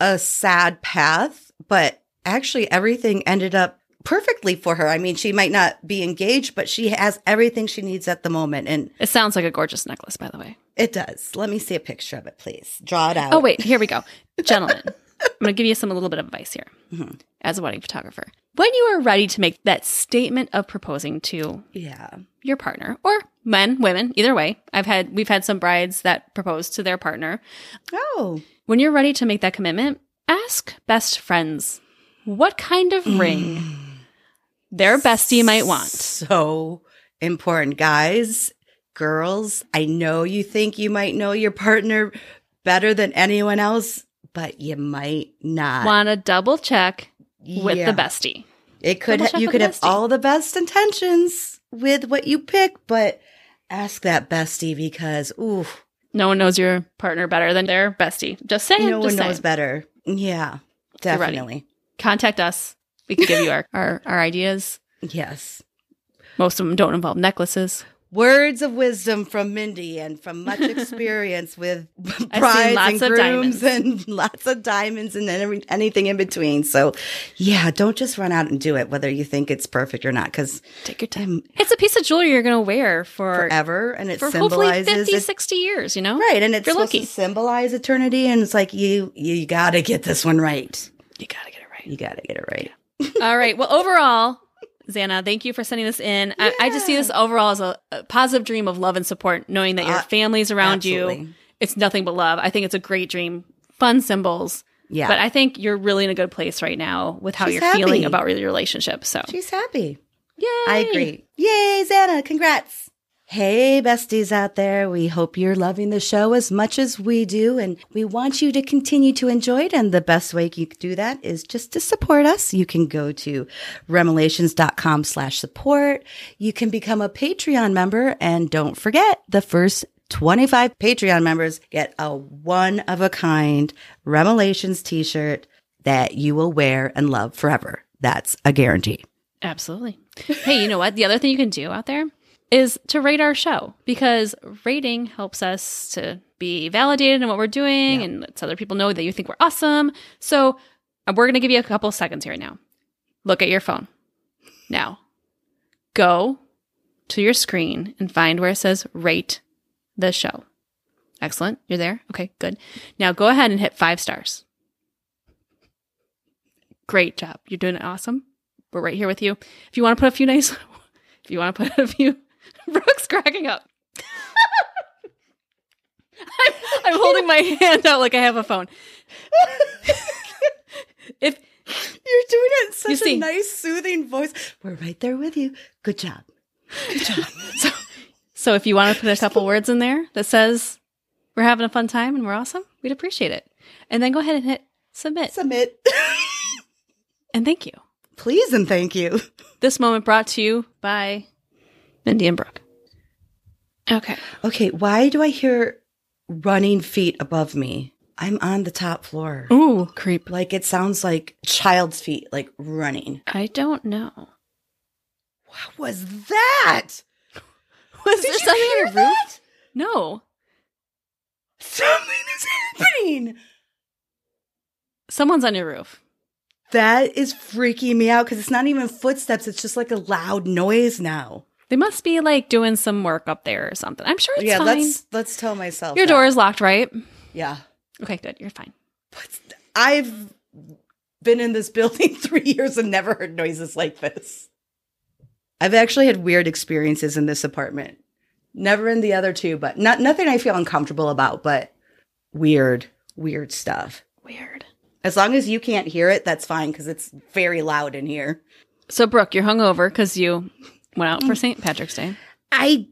Speaker 1: a sad path, but actually everything ended up perfectly for her. I mean, she might not be engaged, but she has everything she needs at the moment. And
Speaker 2: It sounds like a gorgeous necklace, by the way.
Speaker 1: it does. Let me see a picture of it, please. Draw it out.
Speaker 2: Oh, wait, here we go. Gentlemen, I'm going to give you some a little bit of advice here
Speaker 1: Mhm.
Speaker 2: as a wedding photographer. When you are ready to make that statement of proposing to
Speaker 1: Yeah.
Speaker 2: your partner or men, women, either way, I've had we've had some brides that propose to their partner.
Speaker 1: Oh,
Speaker 2: When you're ready to make that commitment, ask best friends what kind of ring their bestie might want.
Speaker 1: so important. Guys, girls, I know you think you might know your partner better than anyone else, but you might not.
Speaker 2: want to double check with
Speaker 1: Yeah.
Speaker 2: the bestie.
Speaker 1: It could
Speaker 2: Double check
Speaker 1: you
Speaker 2: with
Speaker 1: could
Speaker 2: the
Speaker 1: have
Speaker 2: bestie.
Speaker 1: all the best intentions with what you pick, but ask that bestie because ooh,
Speaker 2: No one knows your partner better than their bestie. Just saying.
Speaker 1: no one
Speaker 2: just
Speaker 1: knows
Speaker 2: saying.
Speaker 1: better. Yeah,
Speaker 2: You're right.
Speaker 1: definitely.
Speaker 2: Contact us. We can give you our, our, our ideas.
Speaker 1: Yes.
Speaker 2: Most of them don't involve necklaces.
Speaker 1: Words of wisdom from Mindy and from much experience with brides
Speaker 2: lots
Speaker 1: and
Speaker 2: of
Speaker 1: grooms
Speaker 2: diamonds.
Speaker 1: and lots of diamonds and every, anything in between. So, yeah, don't just run out and do it, whether you think it's perfect or not, because
Speaker 2: Take your time. It's a piece of jewelry you're going to wear for,
Speaker 1: forever and it
Speaker 2: for hopefully
Speaker 1: symbolizes
Speaker 2: 50,
Speaker 1: it-
Speaker 2: 60 years, you know?
Speaker 1: Right, and it's
Speaker 2: You're
Speaker 1: supposed
Speaker 2: lucky.
Speaker 1: to symbolize eternity, and it's like you you gotta get this one right.
Speaker 2: You got to get it right.
Speaker 1: You gotta get it right.
Speaker 2: All right. Well, overall, Xana, thank you for sending this in. I, I just see
Speaker 1: Yeah.
Speaker 2: this overall as a, a positive dream of love and support, knowing that your
Speaker 1: Uh,
Speaker 2: family's around you.
Speaker 1: Absolutely.
Speaker 2: It's nothing but love. I think it's a great dream. Fun symbols.
Speaker 1: Yeah,
Speaker 2: But I think you're really in a good place right now with how
Speaker 1: She's
Speaker 2: you're
Speaker 1: happy.
Speaker 2: feeling about your relationship. So,
Speaker 1: she's happy.
Speaker 2: yeah,
Speaker 1: I agree. Yay, Xana! Congrats. Hey, besties out there. We hope you're loving the show as much as we do, and we want you to continue to enjoy it. And the best way you can do that is just to support us. You can go to remelations.com slash support. You can become a Patreon member, and don't forget the first 25 Patreon members get a one of a kind Remelations t shirt that you will wear and love forever. That's a guarantee.
Speaker 2: Absolutely. Hey, you know what? The other thing you can do out there is to rate our show because rating helps us to be validated in what we're doing and lets other people know that you think we're awesome. So, uh, we're going to give you a couple seconds here now. Look at your phone. Now, go to your screen and find where it says rate the show. Excellent. You're there. Okay, good. Now go ahead and hit five stars. Great job. You're doing awesome. We're right here with you. If you want to put a few nice, if you want to put a few, Brooke's cracking up. I'm, I'm holding my hand out like I have a phone. If
Speaker 1: You're doing it in such
Speaker 2: You see.
Speaker 1: a nice, soothing voice. We're right there with you. Good job.
Speaker 2: so, so if you want to put a couple words in there that says we're having a fun time and we're awesome, we'd appreciate it. And then go ahead and hit submit.
Speaker 1: Submit.
Speaker 2: And thank you.
Speaker 1: Please and thank you.
Speaker 2: This moment brought to you by Mindy and Brooke. Okay.
Speaker 1: Okay, why do I hear running feet above me? Mm. I'm on the top floor.
Speaker 2: Ooh, creep.
Speaker 1: Like it sounds like child's feet, like running.
Speaker 2: I don't know.
Speaker 1: What was that?
Speaker 2: Was
Speaker 1: Did
Speaker 2: this
Speaker 1: you
Speaker 2: under your
Speaker 1: hear
Speaker 2: roof?
Speaker 1: that?
Speaker 2: No.
Speaker 1: Something is happening.
Speaker 2: Someone's on your roof.
Speaker 1: That is freaking me out because it's not even footsteps. It's just like a loud noise now.
Speaker 2: They must be like doing some work up there or something. I'm sure it's
Speaker 1: yeah,
Speaker 2: fine.
Speaker 1: let's let's tell myself
Speaker 2: your
Speaker 1: that.
Speaker 2: door is locked, right?
Speaker 1: Yeah,
Speaker 2: Okay, good. You're fine.
Speaker 1: What's th- I've been in this building three years and never heard noises like this. I've actually had weird experiences in this apartment. Never in the other two, but not nothing I feel uncomfortable about, but weird, weird stuff.
Speaker 2: Weird.
Speaker 1: As long as you can't hear it, that's fine because it's very loud in here.
Speaker 2: So, Brooke, you're hungover because you went out
Speaker 1: Mm.
Speaker 2: for St. Patrick's Day.
Speaker 1: I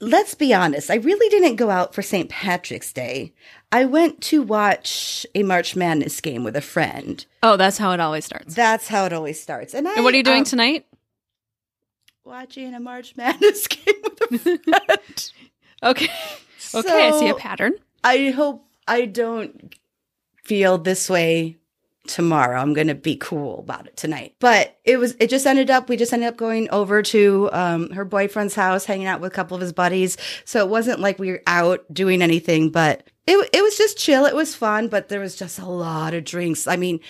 Speaker 1: let's be honest, I really didn't go out for St. Patrick's Day. I went to watch a March Madness game with a friend.
Speaker 2: Oh, that's how it always starts.
Speaker 1: That's how it always starts. And, I,
Speaker 2: and what are you doing
Speaker 1: um,
Speaker 2: tonight?
Speaker 1: watching a March Madness game with a friend.
Speaker 2: Okay. okay, I see a
Speaker 1: So,
Speaker 2: pattern.
Speaker 1: I hope I don't feel this way tomorrow. I'm going to be cool about it tonight. But it was it just ended up we just ended up going over to um her boyfriend's house, hanging out with a couple of his buddies. So it wasn't like we were out doing anything, but it it was just chill. It was fun, but there was just a lot of drinks. I mean,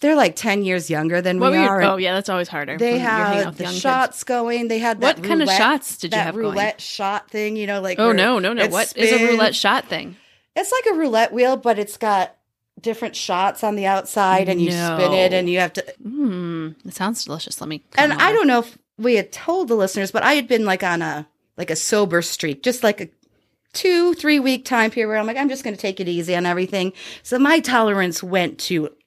Speaker 1: they're like 10 years younger than
Speaker 2: What
Speaker 1: we
Speaker 2: were you?
Speaker 1: are.
Speaker 2: Oh, yeah, that's always harder. when
Speaker 1: They
Speaker 2: you're hanging out
Speaker 1: had
Speaker 2: with
Speaker 1: the
Speaker 2: young kids.
Speaker 1: shots going. They had that
Speaker 2: What kind of
Speaker 1: roulette-
Speaker 2: shots did you
Speaker 1: that
Speaker 2: have going?
Speaker 1: roulette shot thing? You know, like
Speaker 2: Oh
Speaker 1: where
Speaker 2: no, no, no!
Speaker 1: it
Speaker 2: What is a
Speaker 1: spins.
Speaker 2: roulette shot thing?
Speaker 1: It's like a roulette wheel, but it's got different shots on the outside, and you spin it,
Speaker 2: No.
Speaker 1: and you have to.
Speaker 2: Mmm, it sounds delicious. Let me.
Speaker 1: And
Speaker 2: come
Speaker 1: I
Speaker 2: over.
Speaker 1: don't know if we had told the listeners, but I had been like on a like a sober streak, just like a two three week time period where I'm like, I'm just going to take it easy on everything. So my tolerance went to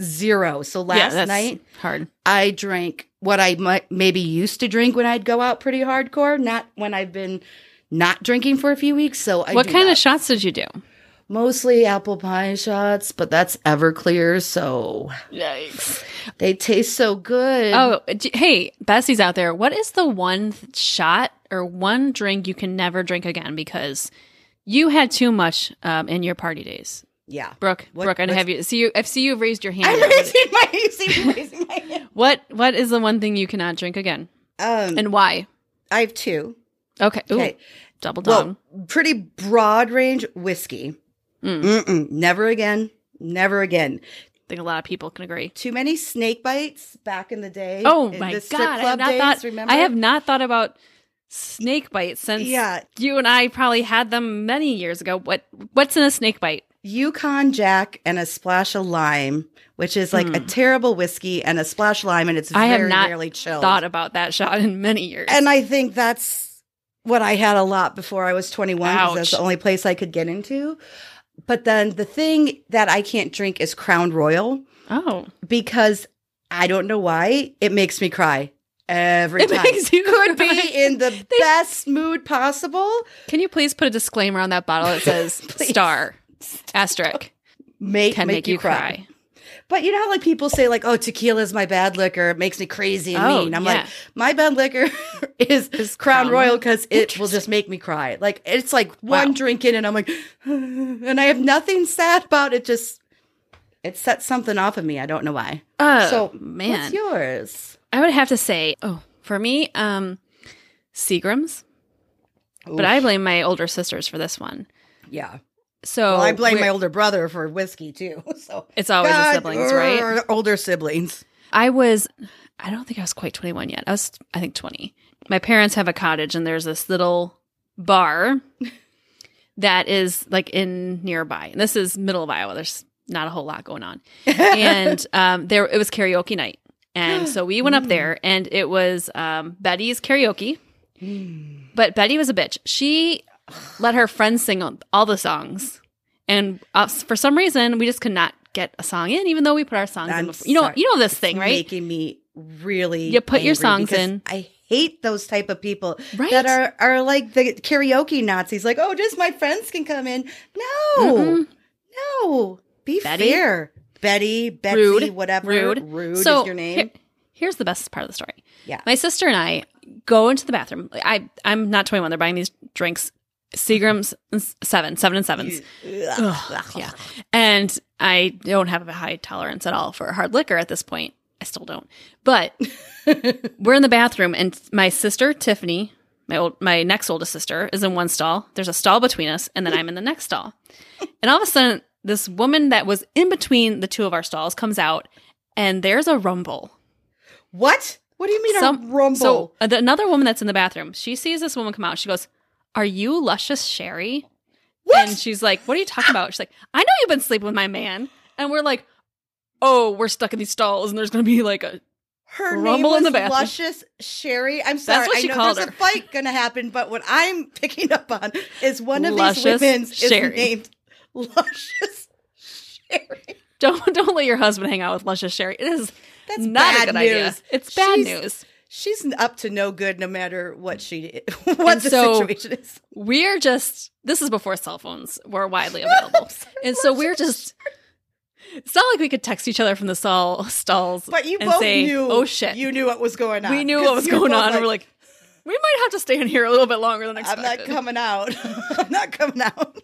Speaker 1: zero. So
Speaker 2: Yeah,
Speaker 1: last
Speaker 2: that's
Speaker 1: night
Speaker 2: hard.
Speaker 1: I drank what I might maybe used to drink when I'd go out pretty hardcore, not when I've been not drinking for a few weeks. So I
Speaker 2: what
Speaker 1: do
Speaker 2: kind
Speaker 1: that.
Speaker 2: of shots did you do?
Speaker 1: mostly apple pie shots, but that's Everclear, so
Speaker 2: Yikes!
Speaker 1: they taste so good.
Speaker 2: Oh, d- hey, Bessie's out there. What is the one th- shot or one drink you can never drink again because you had too much um, in your party days?
Speaker 1: yeah.
Speaker 2: Brooke,
Speaker 1: What-
Speaker 2: Brooke, I don't
Speaker 1: what's-
Speaker 2: have you. See you. I see you've raised your hand.
Speaker 1: I'm
Speaker 2: What-
Speaker 1: raising my, you see me raising my hand.
Speaker 2: What What is the one thing you cannot drink again,
Speaker 1: Um,
Speaker 2: and why?
Speaker 1: I have two.
Speaker 2: Okay. Ooh,
Speaker 1: Okay.
Speaker 2: Double down.
Speaker 1: Well, pretty broad range whiskey.
Speaker 2: Mm.
Speaker 1: Mm-mm, never again. Never again.
Speaker 2: I think a lot of people can agree.
Speaker 1: Too many snake bites back in the day.
Speaker 2: Oh
Speaker 1: in
Speaker 2: my
Speaker 1: the
Speaker 2: god,
Speaker 1: strip
Speaker 2: I have
Speaker 1: club
Speaker 2: not
Speaker 1: days,
Speaker 2: thought.
Speaker 1: remember?
Speaker 2: I have not thought about snake bites since
Speaker 1: Yeah.
Speaker 2: you and I probably had them many years ago. What What's in a snake bite?
Speaker 1: Yukon Jack and a splash of lime, which is like a terrible whiskey and a splash of lime, and it's
Speaker 2: Hmm. I have
Speaker 1: very
Speaker 2: not
Speaker 1: rarely chilled.
Speaker 2: Thought about that shot in many years.
Speaker 1: And I think that's what I had a lot before I was 21 because that's
Speaker 2: Ouch.
Speaker 1: the only place I could get into. But then the thing that I can't drink is Crown Royal
Speaker 2: oh,
Speaker 1: because I don't know why it makes me cry every
Speaker 2: It
Speaker 1: time.
Speaker 2: makes you
Speaker 1: could
Speaker 2: cry.
Speaker 1: be in the best mood possible.
Speaker 2: can you please put a disclaimer on that bottle that says
Speaker 1: Please.
Speaker 2: star asterisk
Speaker 1: Make,
Speaker 2: can
Speaker 1: make, you cry. But you know how like people say like, "Oh, tequila is my bad liquor. It makes me crazy and
Speaker 2: Oh,
Speaker 1: mean." I'm
Speaker 2: yeah.
Speaker 1: like, my bad liquor is,
Speaker 2: Is
Speaker 1: Crown,
Speaker 2: Crown
Speaker 1: Royal
Speaker 2: Royal.
Speaker 1: because it will just make me cry. Like it's like one
Speaker 2: Wow.
Speaker 1: drink in, and I'm like, and I have nothing sad about it. Just it sets something off of me. I don't know why.
Speaker 2: Oh
Speaker 1: so
Speaker 2: man,
Speaker 1: what's yours?
Speaker 2: I would have to say, oh, for me, um, Seagrams. But I blame my older sisters for this one.
Speaker 1: Yeah.
Speaker 2: So
Speaker 1: Well, I blame
Speaker 2: we're-
Speaker 1: my older brother for whiskey too. So
Speaker 2: Oh, It's always the
Speaker 1: God,
Speaker 2: siblings, right?
Speaker 1: er, Older siblings.
Speaker 2: I was, I don't think I was quite 21 yet. I was, I think 20. My parents have a cottage and there's this little bar that is like in nearby. And this is middle of Iowa. There's not a whole lot going on. And um, there, it was karaoke night. And so we went up there and it was um, Betty's karaoke. But Betty was a bitch. She let her friends sing all- all the songs. And uh, for some reason, we just could not get a song in, even though we put our songs
Speaker 1: I'm
Speaker 2: in before. You know,
Speaker 1: sorry.
Speaker 2: you know this thing, right?
Speaker 1: Making me really.
Speaker 2: You put your
Speaker 1: angry
Speaker 2: songs
Speaker 1: because
Speaker 2: in.
Speaker 1: I hate those type of people
Speaker 2: Right.
Speaker 1: that are are like the karaoke Nazis. Like, oh, just my friends can come in. No,
Speaker 2: Mm-mm.
Speaker 1: no, be
Speaker 2: Betty?
Speaker 1: fair, Betty, Betsy,
Speaker 2: Rude.
Speaker 1: whatever.
Speaker 2: Rude.
Speaker 1: rude is your name.
Speaker 2: here- here's the best part of the story.
Speaker 1: Yeah.
Speaker 2: My sister and I go into the bathroom. Like, I I'm not 21. They're buying these drinks, Seagrams and s- seven, seven and sevens. Ugh, yeah. And I don't have a high tolerance at all for hard liquor at this point. I still don't. But we're in the bathroom, and my sister Tiffany, my old, my next oldest sister, is in one stall. There's a stall between us, and then I'm in the next stall. And all of a sudden, this woman that was in between the two of our stalls comes out, and there's a rumble.
Speaker 1: What? What do you mean
Speaker 2: Some-
Speaker 1: a rumble?
Speaker 2: So uh, the- another woman that's in the bathroom, she sees this woman come out. She goes, "Are you luscious Sherry?"
Speaker 1: what?
Speaker 2: And she's like, What are you talking about? She's like, I know you've been sleeping with my man. And we're like, Oh, we're stuck in these stalls and there's going to be like a.
Speaker 1: Her name
Speaker 2: rumble
Speaker 1: was
Speaker 2: in the bathroom.
Speaker 1: Luscious Sherry. I'm sorry.
Speaker 2: what
Speaker 1: I
Speaker 2: she
Speaker 1: know
Speaker 2: called
Speaker 1: there's
Speaker 2: her.
Speaker 1: a fight going to happen, but what I'm picking up on is one of
Speaker 2: Luscious
Speaker 1: these women's
Speaker 2: Sherry.
Speaker 1: is named Luscious Sherry.
Speaker 2: Don't, don't let your husband hang out with luscious Sherry. It is
Speaker 1: That's
Speaker 2: not
Speaker 1: bad
Speaker 2: a good
Speaker 1: news.
Speaker 2: idea. It's bad
Speaker 1: She's-
Speaker 2: news.
Speaker 1: She's up to no good, no matter what she what
Speaker 2: And
Speaker 1: the
Speaker 2: so-
Speaker 1: situation is.
Speaker 2: We're just, this is before cell phones were widely available. and so we're just, it's not like we could text each other from the stall, stalls.
Speaker 1: But you
Speaker 2: and
Speaker 1: both
Speaker 2: say,
Speaker 1: knew.
Speaker 2: Oh, shit.
Speaker 1: You knew what was going on.
Speaker 2: we knew what
Speaker 1: 'Cause
Speaker 2: was
Speaker 1: you're
Speaker 2: going
Speaker 1: both
Speaker 2: on. and we're like, we might have to stay in here a little bit longer than
Speaker 1: I'm
Speaker 2: expected.
Speaker 1: not coming out. I'm not coming out.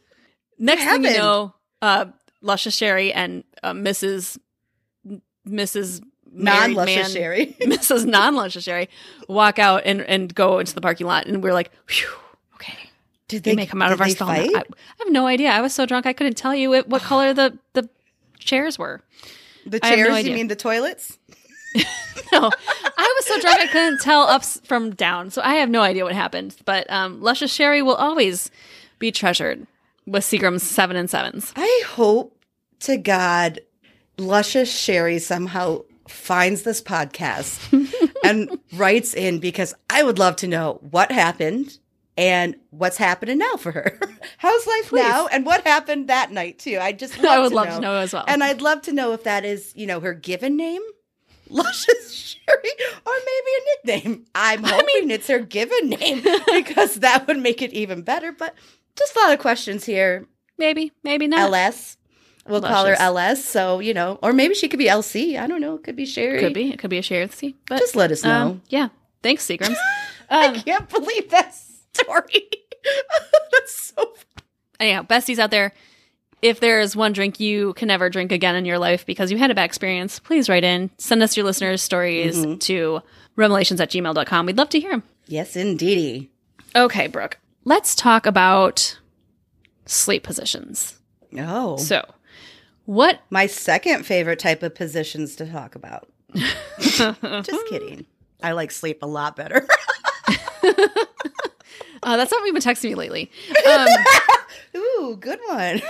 Speaker 2: Next thing you
Speaker 1: happened?
Speaker 2: know, uh, Luscious Sherry and uh, Mrs. m- Mrs. Married Man-
Speaker 1: Non-luscious Sherry.
Speaker 2: Mrs. Non-Luscious Sherry walk out and, and go into the parking lot, and we're like, Phew, okay,
Speaker 1: Did
Speaker 2: they, may come out
Speaker 1: did
Speaker 2: of our
Speaker 1: they
Speaker 2: stall. now."
Speaker 1: fight?
Speaker 2: I, I have no idea. I was so drunk I couldn't tell you it, what color the the chairs were.
Speaker 1: The
Speaker 2: I have no
Speaker 1: chairs?
Speaker 2: idea.
Speaker 1: you mean the toilets?
Speaker 2: No, I was so drunk I couldn't tell up s- from down, so I have no idea what happened. But um, Luscious Sherry will always be treasured with Seagram's seven and sevens.
Speaker 1: I hope to God Luscious Sherry somehow finds this podcast and writes in because I would love to know what happened and what's happening now for her. How's life now and what happened that night too? I just
Speaker 2: I would love to know as well.
Speaker 1: And I'd love to know if that is, you know, her given name, Luscious Sherry, or maybe a nickname. I'm hoping it's her given name because that would make it even better. But just a lot of questions here.
Speaker 2: maybe, maybe not.
Speaker 1: LS. We'll call her
Speaker 2: Luscious.
Speaker 1: LS. So, you know, or maybe she could be LC. I don't know. It could be Sherry.
Speaker 2: Could be. It could be a share with C. But
Speaker 1: Just let us know.
Speaker 2: um, yeah. Thanks, Seagrams. Um,
Speaker 1: Can't believe that story. That's so
Speaker 2: anyhow, besties out there, if there is one drink you can never drink again in your life because you had a bad experience, please write in. Send us your listeners' stories
Speaker 1: Mm-hmm.
Speaker 2: to revelations at gmail.com. We'd love to hear them.
Speaker 1: Yes, indeedy.
Speaker 2: Okay, Brooke. Let's talk about sleep positions.
Speaker 1: No.
Speaker 2: So, what?
Speaker 1: Oh, My second favorite type of positions to talk about. Just
Speaker 2: Mm.
Speaker 1: kidding. I like sleep a lot better.
Speaker 2: Uh, that's not what you've been texting me lately. Um,
Speaker 1: Ooh, good one.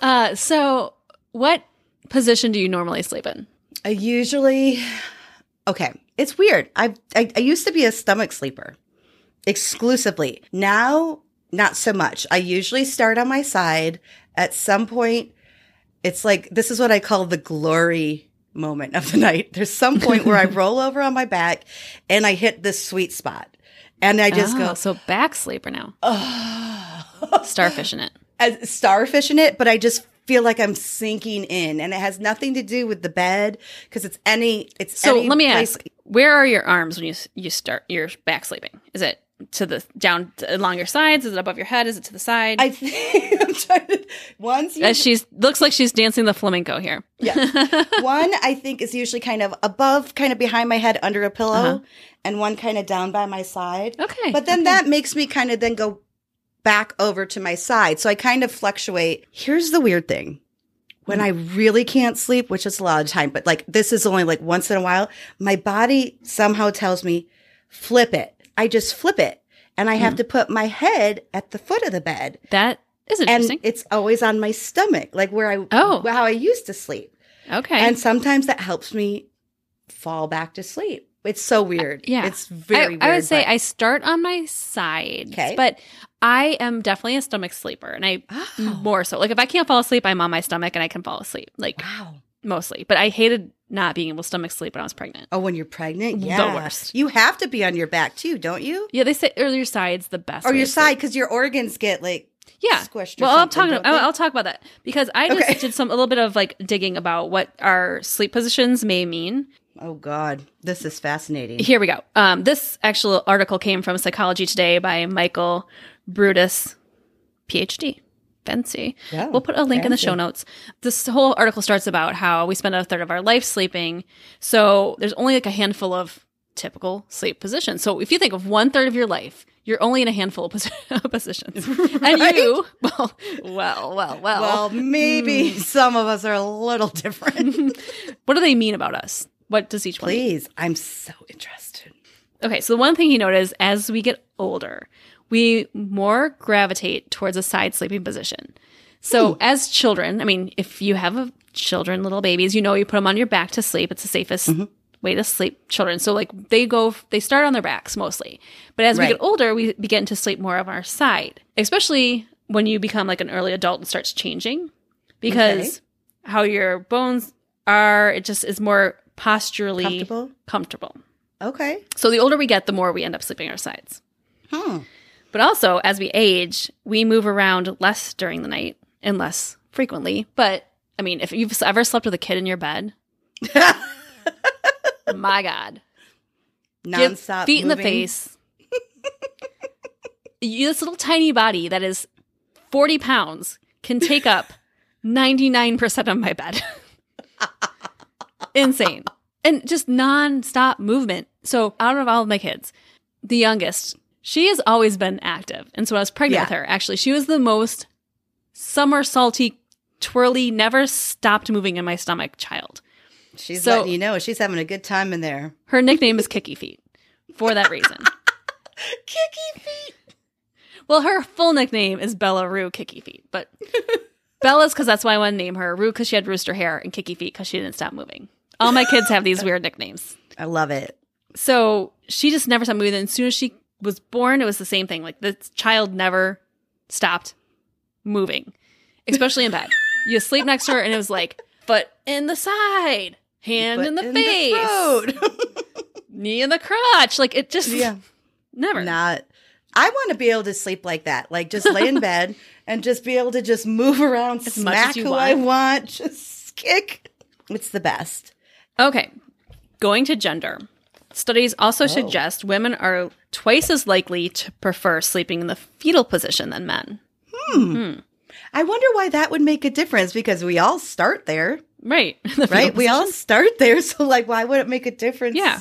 Speaker 2: uh, so, what position do you normally sleep in?
Speaker 1: I usually, okay, it's weird. I, I I used to be a stomach sleeper exclusively. Now, not so much. I usually start on my side. At some point, it's like this is what I call the glory moment of the night. There's some point where I roll over on my back and I hit this sweet spot, and I just
Speaker 2: Oh,
Speaker 1: go,
Speaker 2: so back sleeper now.
Speaker 1: oh.
Speaker 2: Starfish in it.
Speaker 1: as starfish in it, but I just feel like I'm sinking in, and it has nothing to do with the bed because it's any. It's
Speaker 2: So
Speaker 1: any
Speaker 2: let me
Speaker 1: place-
Speaker 2: ask: Where are your arms when you s- you start your back sleeping? Is it to the down t- along your sides? Is it above your head? Is it to the side?
Speaker 1: I think I'm trying to. One's
Speaker 2: As
Speaker 1: usually,
Speaker 2: she's looks like she's dancing the flamenco here.
Speaker 1: yeah. one I think is usually kind of above, kind of behind my head, under a pillow, and one kind of down by my side.
Speaker 2: Uh-huh. Okay,
Speaker 1: but then that makes me kind of then go back over to my side, so I kind of fluctuate. Here's the weird thing. When I
Speaker 2: Mm-hmm.
Speaker 1: really can't sleep, which is a lot of time, but like this is only like once in a while, my body somehow tells me, flip it. I just flip it. And I
Speaker 2: Mm.
Speaker 1: have to put my head at the foot of the bed.
Speaker 2: That is
Speaker 1: and
Speaker 2: interesting.
Speaker 1: it's always on my stomach, like where I
Speaker 2: Oh.
Speaker 1: how I used to sleep.
Speaker 2: okay,
Speaker 1: And sometimes that helps me fall back to sleep. It's so weird.
Speaker 2: yeah.
Speaker 1: it's very.
Speaker 2: I,
Speaker 1: weird,
Speaker 2: I would say
Speaker 1: but-
Speaker 2: I start on my side,
Speaker 1: 'Kay.
Speaker 2: but I am definitely a stomach sleeper, and I
Speaker 1: Oh,
Speaker 2: more so. Like if I can't fall asleep, I'm on my stomach, and I can fall asleep, like
Speaker 1: wow.
Speaker 2: mostly. But I hated not being able to stomach sleep when I was pregnant.
Speaker 1: Oh, when you're pregnant,
Speaker 2: The
Speaker 1: yeah,
Speaker 2: worst.
Speaker 1: You have to be on your back too, don't you?
Speaker 2: Yeah, they say or your sides the best.
Speaker 1: Or
Speaker 2: way
Speaker 1: your
Speaker 2: to sleep.
Speaker 1: side, because your organs get like
Speaker 2: yeah
Speaker 1: squished. Or
Speaker 2: well i'll talk
Speaker 1: something,
Speaker 2: about,
Speaker 1: don't
Speaker 2: I'll,
Speaker 1: they?
Speaker 2: I'll talk about that because i just
Speaker 1: Okay.
Speaker 2: did some a little bit of like digging about what our sleep positions may mean
Speaker 1: Oh God, this is fascinating.
Speaker 2: Here we go. Um, this actual article came from Psychology Today by Michael Brutus, PhD. Fancy.
Speaker 1: Yeah,
Speaker 2: we'll put a link in the show
Speaker 1: fancy.
Speaker 2: notes. This whole article starts about how we spend a third of our life sleeping. So there's only like a handful of typical sleep positions. So if you think of one third of your life, you're only in a handful of posi- positions. And you, well, well, well, well,
Speaker 1: Well,
Speaker 2: Mm.
Speaker 1: maybe some of us are a little different.
Speaker 2: what do they mean about us? What does each one mean?
Speaker 1: Please, I'm so interested.
Speaker 2: Okay, so the one thing you notice as we get older, we more gravitate towards a side sleeping position. So as children, I mean, if you have a children, little babies, you know you put them on your back to sleep. It's the safest
Speaker 1: Mm-hmm.
Speaker 2: way to sleep children. So like they go they start on their backs mostly. But as we
Speaker 1: Right.
Speaker 2: get older, we begin to sleep more on our side. Especially when you become like an early adult and starts changing because how your bones are, it just is more posturally
Speaker 1: Comfortable?
Speaker 2: comfortable.
Speaker 1: Okay.
Speaker 2: So the older we get, the more we end up sleeping on our sides.
Speaker 1: Hmm.
Speaker 2: But also, as we age, we move around less during the night and less frequently. But I mean, if you've ever slept with a kid in your bed, my God, Give
Speaker 1: Nonstop.
Speaker 2: feet in the
Speaker 1: moving.
Speaker 2: face. You- this little tiny body that is forty pounds can take up ninety nine percent of my bed. Insane and just non-stop movement. So out of all of my kids, the youngest, she has always been active. And so when I was pregnant
Speaker 1: Yeah.
Speaker 2: with her, actually, she was the most somersaulty, twirly, never stopped moving in my stomach child.
Speaker 1: She's
Speaker 2: So-
Speaker 1: letting you know she's having a good time in there.
Speaker 2: Her nickname is Kicky Feet for that reason.
Speaker 1: Kicky feet.
Speaker 2: Well, her full nickname is Bella Rue Kicky Feet, but Bella's because that's why I want to name her Rue because she had rooster hair and Kicky Feet because she didn't stop moving. All my kids have these weird nicknames.
Speaker 1: I love it.
Speaker 2: So she just never stopped moving. And as soon as she was born, it was the same thing. Like the child never stopped moving, especially in bed. you sleep next to her, and it was like foot in the side, hand
Speaker 1: But
Speaker 2: in the
Speaker 1: in
Speaker 2: face,
Speaker 1: throat.
Speaker 2: knee in the crotch. Like it just
Speaker 1: yeah.
Speaker 2: never.
Speaker 1: Not. I want to be able to sleep like that. Like just lay in bed and just be able to just move around,
Speaker 2: As much as
Speaker 1: smack
Speaker 2: you
Speaker 1: who I want, just kick. It's the best.
Speaker 2: Okay. Going to gender. Studies
Speaker 1: Oh.
Speaker 2: also suggest women are twice as likely to prefer sleeping in the fetal position than men.
Speaker 1: I wonder why that would make a difference because we all start there,
Speaker 2: Right. The fetal
Speaker 1: right? We all start there. So, like, why would it make a difference?
Speaker 2: Yeah.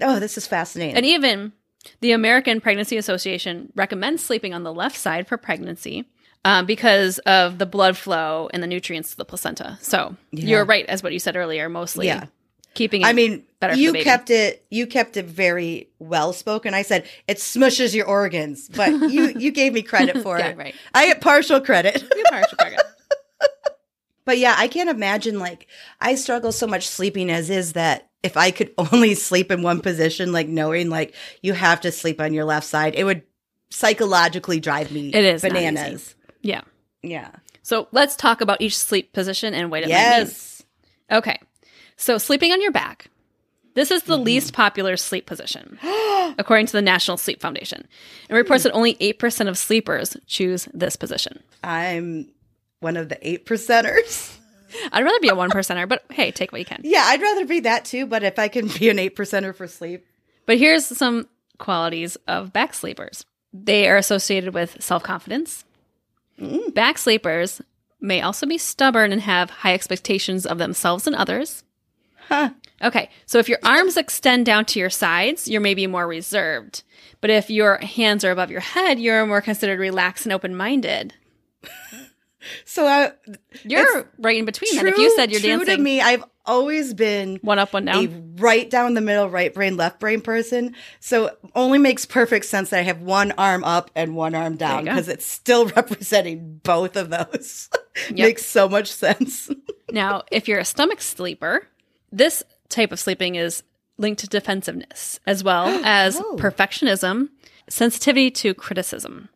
Speaker 1: Oh, this is fascinating.
Speaker 2: And even the American Pregnancy Association recommends sleeping on the left side for pregnancy um, because of the blood flow and the nutrients to the placenta. So you're right, as what you said earlier, mostly.
Speaker 1: Yeah.
Speaker 2: Keeping it
Speaker 1: I mean,
Speaker 2: better for the
Speaker 1: you
Speaker 2: baby.
Speaker 1: kept it. You kept it very well spoken. I said it smushes your organs, but you you gave me credit for
Speaker 2: Yeah,
Speaker 1: it.
Speaker 2: right.
Speaker 1: I get partial credit.
Speaker 2: You're partial pregnant.
Speaker 1: But yeah, I can't imagine like I struggle so much sleeping as is that if I could only sleep in one position, like knowing like you have to sleep on your left side, it would psychologically drive me
Speaker 2: It is not easy.
Speaker 1: bananas.
Speaker 2: Yeah.
Speaker 1: Yeah.
Speaker 2: So let's talk about each sleep position and what it might mean.
Speaker 1: yes.
Speaker 2: Okay. So sleeping on your back. This is the least popular sleep position, according to the National Sleep Foundation. It reports that only 8% of sleepers choose this position.
Speaker 1: I'm one of the eight percenters.
Speaker 2: I'd rather be a one percenter, but hey, take what you can.
Speaker 1: Yeah, I'd rather be that too, but if I can be an eight percenter for sleep.
Speaker 2: But here's some qualities of back sleepers they are associated with self confidence.
Speaker 1: Mm.
Speaker 2: Back sleepers may also be stubborn and have high expectations of themselves and others.
Speaker 1: Huh.
Speaker 2: Okay, so if your arms extend down to your sides, you're maybe more reserved. But if your hands are above your head, you're more considered relaxed and open minded.
Speaker 1: So I
Speaker 2: You're right in between that. If you said you're
Speaker 1: true
Speaker 2: dancing
Speaker 1: to me, I've always been
Speaker 2: one up, one down.
Speaker 1: a right down the middle, right brain, left brain person. So only makes perfect sense that I have one arm up and one arm down
Speaker 2: you go.
Speaker 1: because it's still representing both of those.
Speaker 2: Yep.
Speaker 1: Makes so much sense.
Speaker 2: Now, if you're a stomach sleeper, this type of sleeping is linked to defensiveness as well as
Speaker 1: Oh.
Speaker 2: perfectionism, sensitivity to criticism.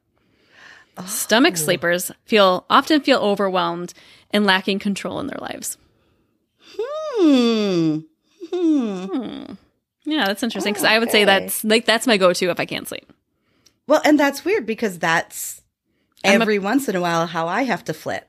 Speaker 1: Oh.
Speaker 2: Stomach sleepers feel often feel overwhelmed and lacking control in their lives.
Speaker 1: Hmm. Hmm.
Speaker 2: Yeah, that's interesting because I would say
Speaker 1: Oh, Okay.
Speaker 2: that's like that's my go-to if I can't sleep.
Speaker 1: Well, and that's weird because that's
Speaker 2: I'm a-
Speaker 1: every once in a while how I have to flip.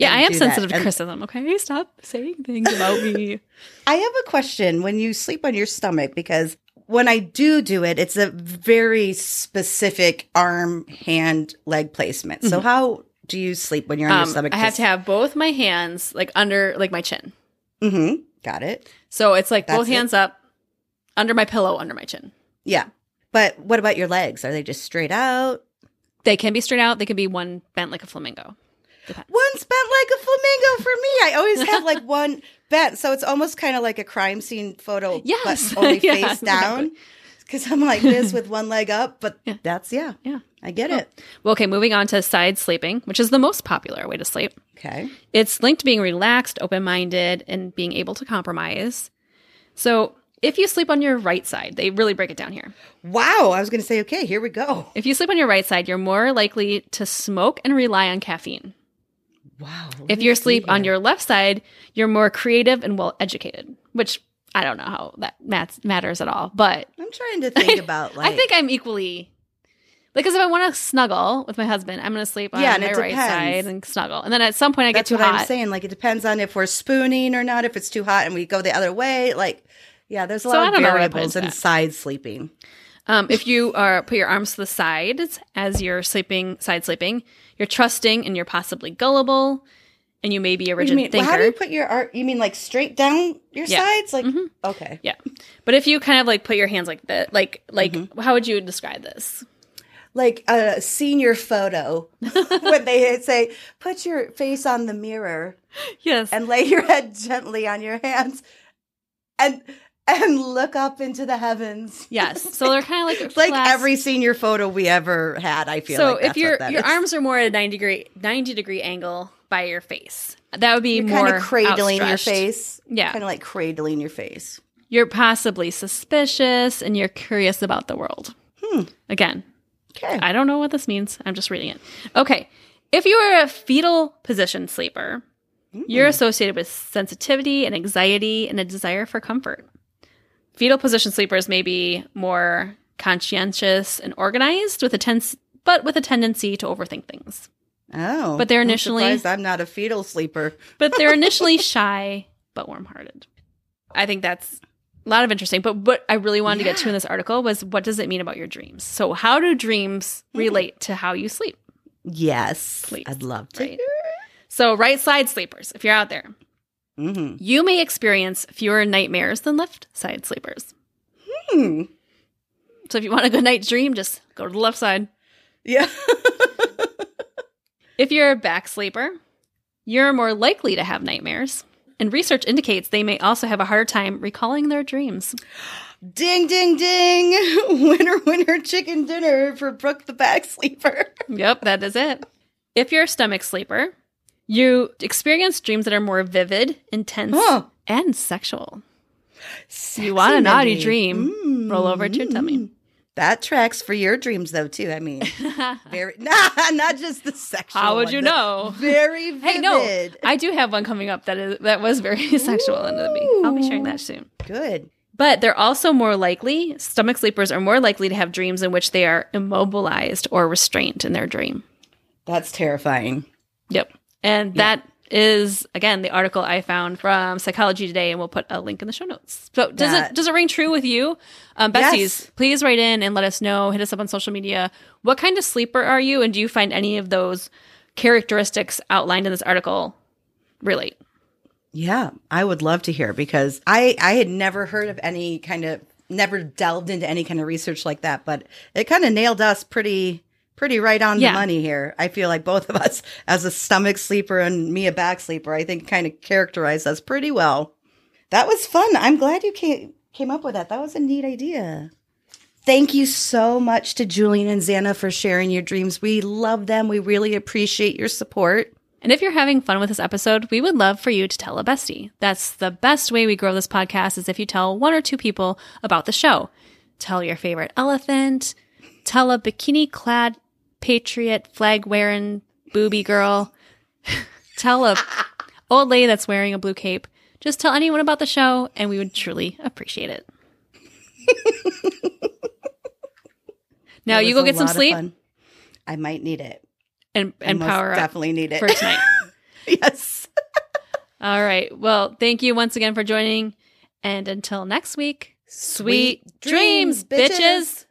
Speaker 2: Yeah, I
Speaker 1: and
Speaker 2: am
Speaker 1: do that.
Speaker 2: sensitive to
Speaker 1: And
Speaker 2: criticism. Okay, stop saying things about me.
Speaker 1: I have a question when you sleep on your stomach because when I do do it, it's a very specific arm, hand, leg placement. So how do you sleep when you're on
Speaker 2: Mm-hmm. Um,
Speaker 1: your stomach?
Speaker 2: I have to have both my hands like under like my chin.
Speaker 1: hmm Got it.
Speaker 2: So it's like
Speaker 1: That's
Speaker 2: both
Speaker 1: it.
Speaker 2: hands up, under my pillow, under my chin.
Speaker 1: Yeah. But what about your legs? Are they just straight out?
Speaker 2: They can be straight out. They can be one bent like a flamingo.
Speaker 1: One's bent like a flamingo for me. I always have like one bent. So it's almost kind of like a crime scene photo,
Speaker 2: Yes.
Speaker 1: but only
Speaker 2: Yeah,
Speaker 1: face down. Because I'm like this with one leg up, but
Speaker 2: Yeah.
Speaker 1: that's, yeah,
Speaker 2: Yeah.
Speaker 1: I get it.
Speaker 2: Well, okay, moving on to side sleeping, which is the most popular way to sleep.
Speaker 1: Okay.
Speaker 2: It's linked to being relaxed, open minded, and being able to compromise. So if you sleep on your right side, they really break it down here.
Speaker 1: Wow. I was going to say, okay, here we go.
Speaker 2: If you sleep on your right side, you're more likely to smoke and rely on caffeine.
Speaker 1: Wow.
Speaker 2: If you're asleep on your left side, you're more creative and well educated, which I don't know how that mat- matters at all, but
Speaker 1: I'm trying to think about like
Speaker 2: I think I'm equally like because if I want to snuggle with my husband, I'm going to sleep on
Speaker 1: Yeah, and
Speaker 2: my
Speaker 1: it
Speaker 2: right
Speaker 1: depends.
Speaker 2: side and snuggle, and then at some point I
Speaker 1: that's
Speaker 2: get
Speaker 1: what
Speaker 2: too hot.
Speaker 1: I'm saying. Like it depends on if we're spooning or not, if it's too hot and we go the other way. Like, yeah, there's a
Speaker 2: So
Speaker 1: lot
Speaker 2: I
Speaker 1: of
Speaker 2: don't know where to
Speaker 1: variables
Speaker 2: put that.
Speaker 1: inside sleeping.
Speaker 2: Um, if you are put your arms to the sides as you're sleeping, side sleeping, you're trusting and you're possibly gullible, and you may be a
Speaker 1: What do
Speaker 2: rigid
Speaker 1: you mean? Well,
Speaker 2: thinker.
Speaker 1: how do you put your ar You mean like straight down your
Speaker 2: Yeah. Mm-hmm.
Speaker 1: sides? Like, okay.
Speaker 2: yeah, but if you kind of like put your hands like that, like like
Speaker 1: Mm-hmm.
Speaker 2: how would you describe this?
Speaker 1: Like a senior photo when they say, put your face on the mirror
Speaker 2: Yes,
Speaker 1: and lay your head gently on your hands and and look up into the heavens.
Speaker 2: yes. So they're kind of like
Speaker 1: Like
Speaker 2: flat-
Speaker 1: every senior photo we ever had, I feel
Speaker 2: So
Speaker 1: like
Speaker 2: if
Speaker 1: that's
Speaker 2: your
Speaker 1: what that
Speaker 2: your
Speaker 1: is.
Speaker 2: arms are more at a ninety degree ninety degree angle by your face, that would be more
Speaker 1: kind of cradling your
Speaker 2: outstretched.
Speaker 1: face.
Speaker 2: Yeah.
Speaker 1: Kind of like cradling your face.
Speaker 2: You're possibly suspicious and you're curious about the world.
Speaker 1: Hmm.
Speaker 2: Again,
Speaker 1: Okay.
Speaker 2: I don't know what this means. I'm just reading it. Okay. If you are a fetal position sleeper, you're
Speaker 1: Hmm.
Speaker 2: associated with sensitivity and anxiety and a desire for comfort. Fetal position sleepers may be more conscientious and organized with a tens- but with a tendency to overthink things.
Speaker 1: Oh.
Speaker 2: But they're
Speaker 1: I'm
Speaker 2: initially-
Speaker 1: surprised I'm not a fetal sleeper.
Speaker 2: But they're initially shy but warm-hearted. I think that's a lot of interesting, but what I really wanted to get to in this article was what does it mean about your dreams? So how do dreams relate to how you sleep?
Speaker 1: Yes.
Speaker 2: Please.
Speaker 1: I'd love to.
Speaker 2: Right. So, right side sleepers, if you're out there,
Speaker 1: Mhm.
Speaker 2: you may experience fewer nightmares than left side sleepers.
Speaker 1: Hmm.
Speaker 2: So, if you want a good night dream, just go to the left side.
Speaker 1: Yeah.
Speaker 2: If you're a back sleeper, you're more likely to have nightmares. And research indicates they may also have a harder time recalling their dreams.
Speaker 1: ding, ding, ding. Winner, winner, chicken dinner for Brooke the back sleeper.
Speaker 2: Yep, that is it. If you're a stomach sleeper, you experience dreams that are more vivid, intense,
Speaker 1: Huh.
Speaker 2: and sexual.
Speaker 1: Sexy
Speaker 2: You want a naughty
Speaker 1: Mindy.
Speaker 2: dream?
Speaker 1: Mm.
Speaker 2: Roll over to your tummy.
Speaker 1: Mm-hmm. That tracks for your dreams, though, too. I mean, very, nah, not just the sexual.
Speaker 2: How would
Speaker 1: one,
Speaker 2: you
Speaker 1: the
Speaker 2: know?
Speaker 1: Very vivid.
Speaker 2: Hey, no, I do have one coming up that is that was very sexual and it'll be- I'll be sharing that soon.
Speaker 1: Good.
Speaker 2: But they're also more likely. Stomach sleepers are more likely to have dreams in which they are immobilized or restrained in their dream.
Speaker 1: That's terrifying.
Speaker 2: Yep, and that is again the article I found from Psychology Today, and we'll put a link in the show notes. So does
Speaker 1: That-
Speaker 2: it does it ring true with you, um, Bessie's?
Speaker 1: Yes.
Speaker 2: Please write in and let us know. Hit us up on social media. What kind of sleeper are you, and do you find any of those characteristics outlined in this article relate?
Speaker 1: Yeah, I would love to hear because I I had never heard of any kind of never delved into any kind of research like that, but it kind of nailed us pretty pretty right on
Speaker 2: Yeah.
Speaker 1: the money here. I feel like both of us as a stomach sleeper and me a back sleeper, I think kind of characterized us pretty well. That was fun. I'm glad you came came up with that. That was a neat idea. Thank you so much to Julian and Xana for sharing your dreams. We love them. We really appreciate your support.
Speaker 2: And if you're having fun with this episode, we would love for you to tell a bestie. That's the best way we grow this podcast is if you tell one or two people about the show. Tell your favorite elephant, tell a bikini clad patriot flag wearing booby girl, tell a old lady that's wearing a blue cape. Just tell anyone about the show and we would truly appreciate it. now
Speaker 1: It was
Speaker 2: you go
Speaker 1: a
Speaker 2: get some
Speaker 1: lot of
Speaker 2: sleep
Speaker 1: fun. I might need it.
Speaker 2: and, and
Speaker 1: Most
Speaker 2: power up
Speaker 1: definitely need it.
Speaker 2: for tonight.
Speaker 1: yes.
Speaker 2: All right. Well, thank you once again for joining. And until next week, sweet, dreams, bitches.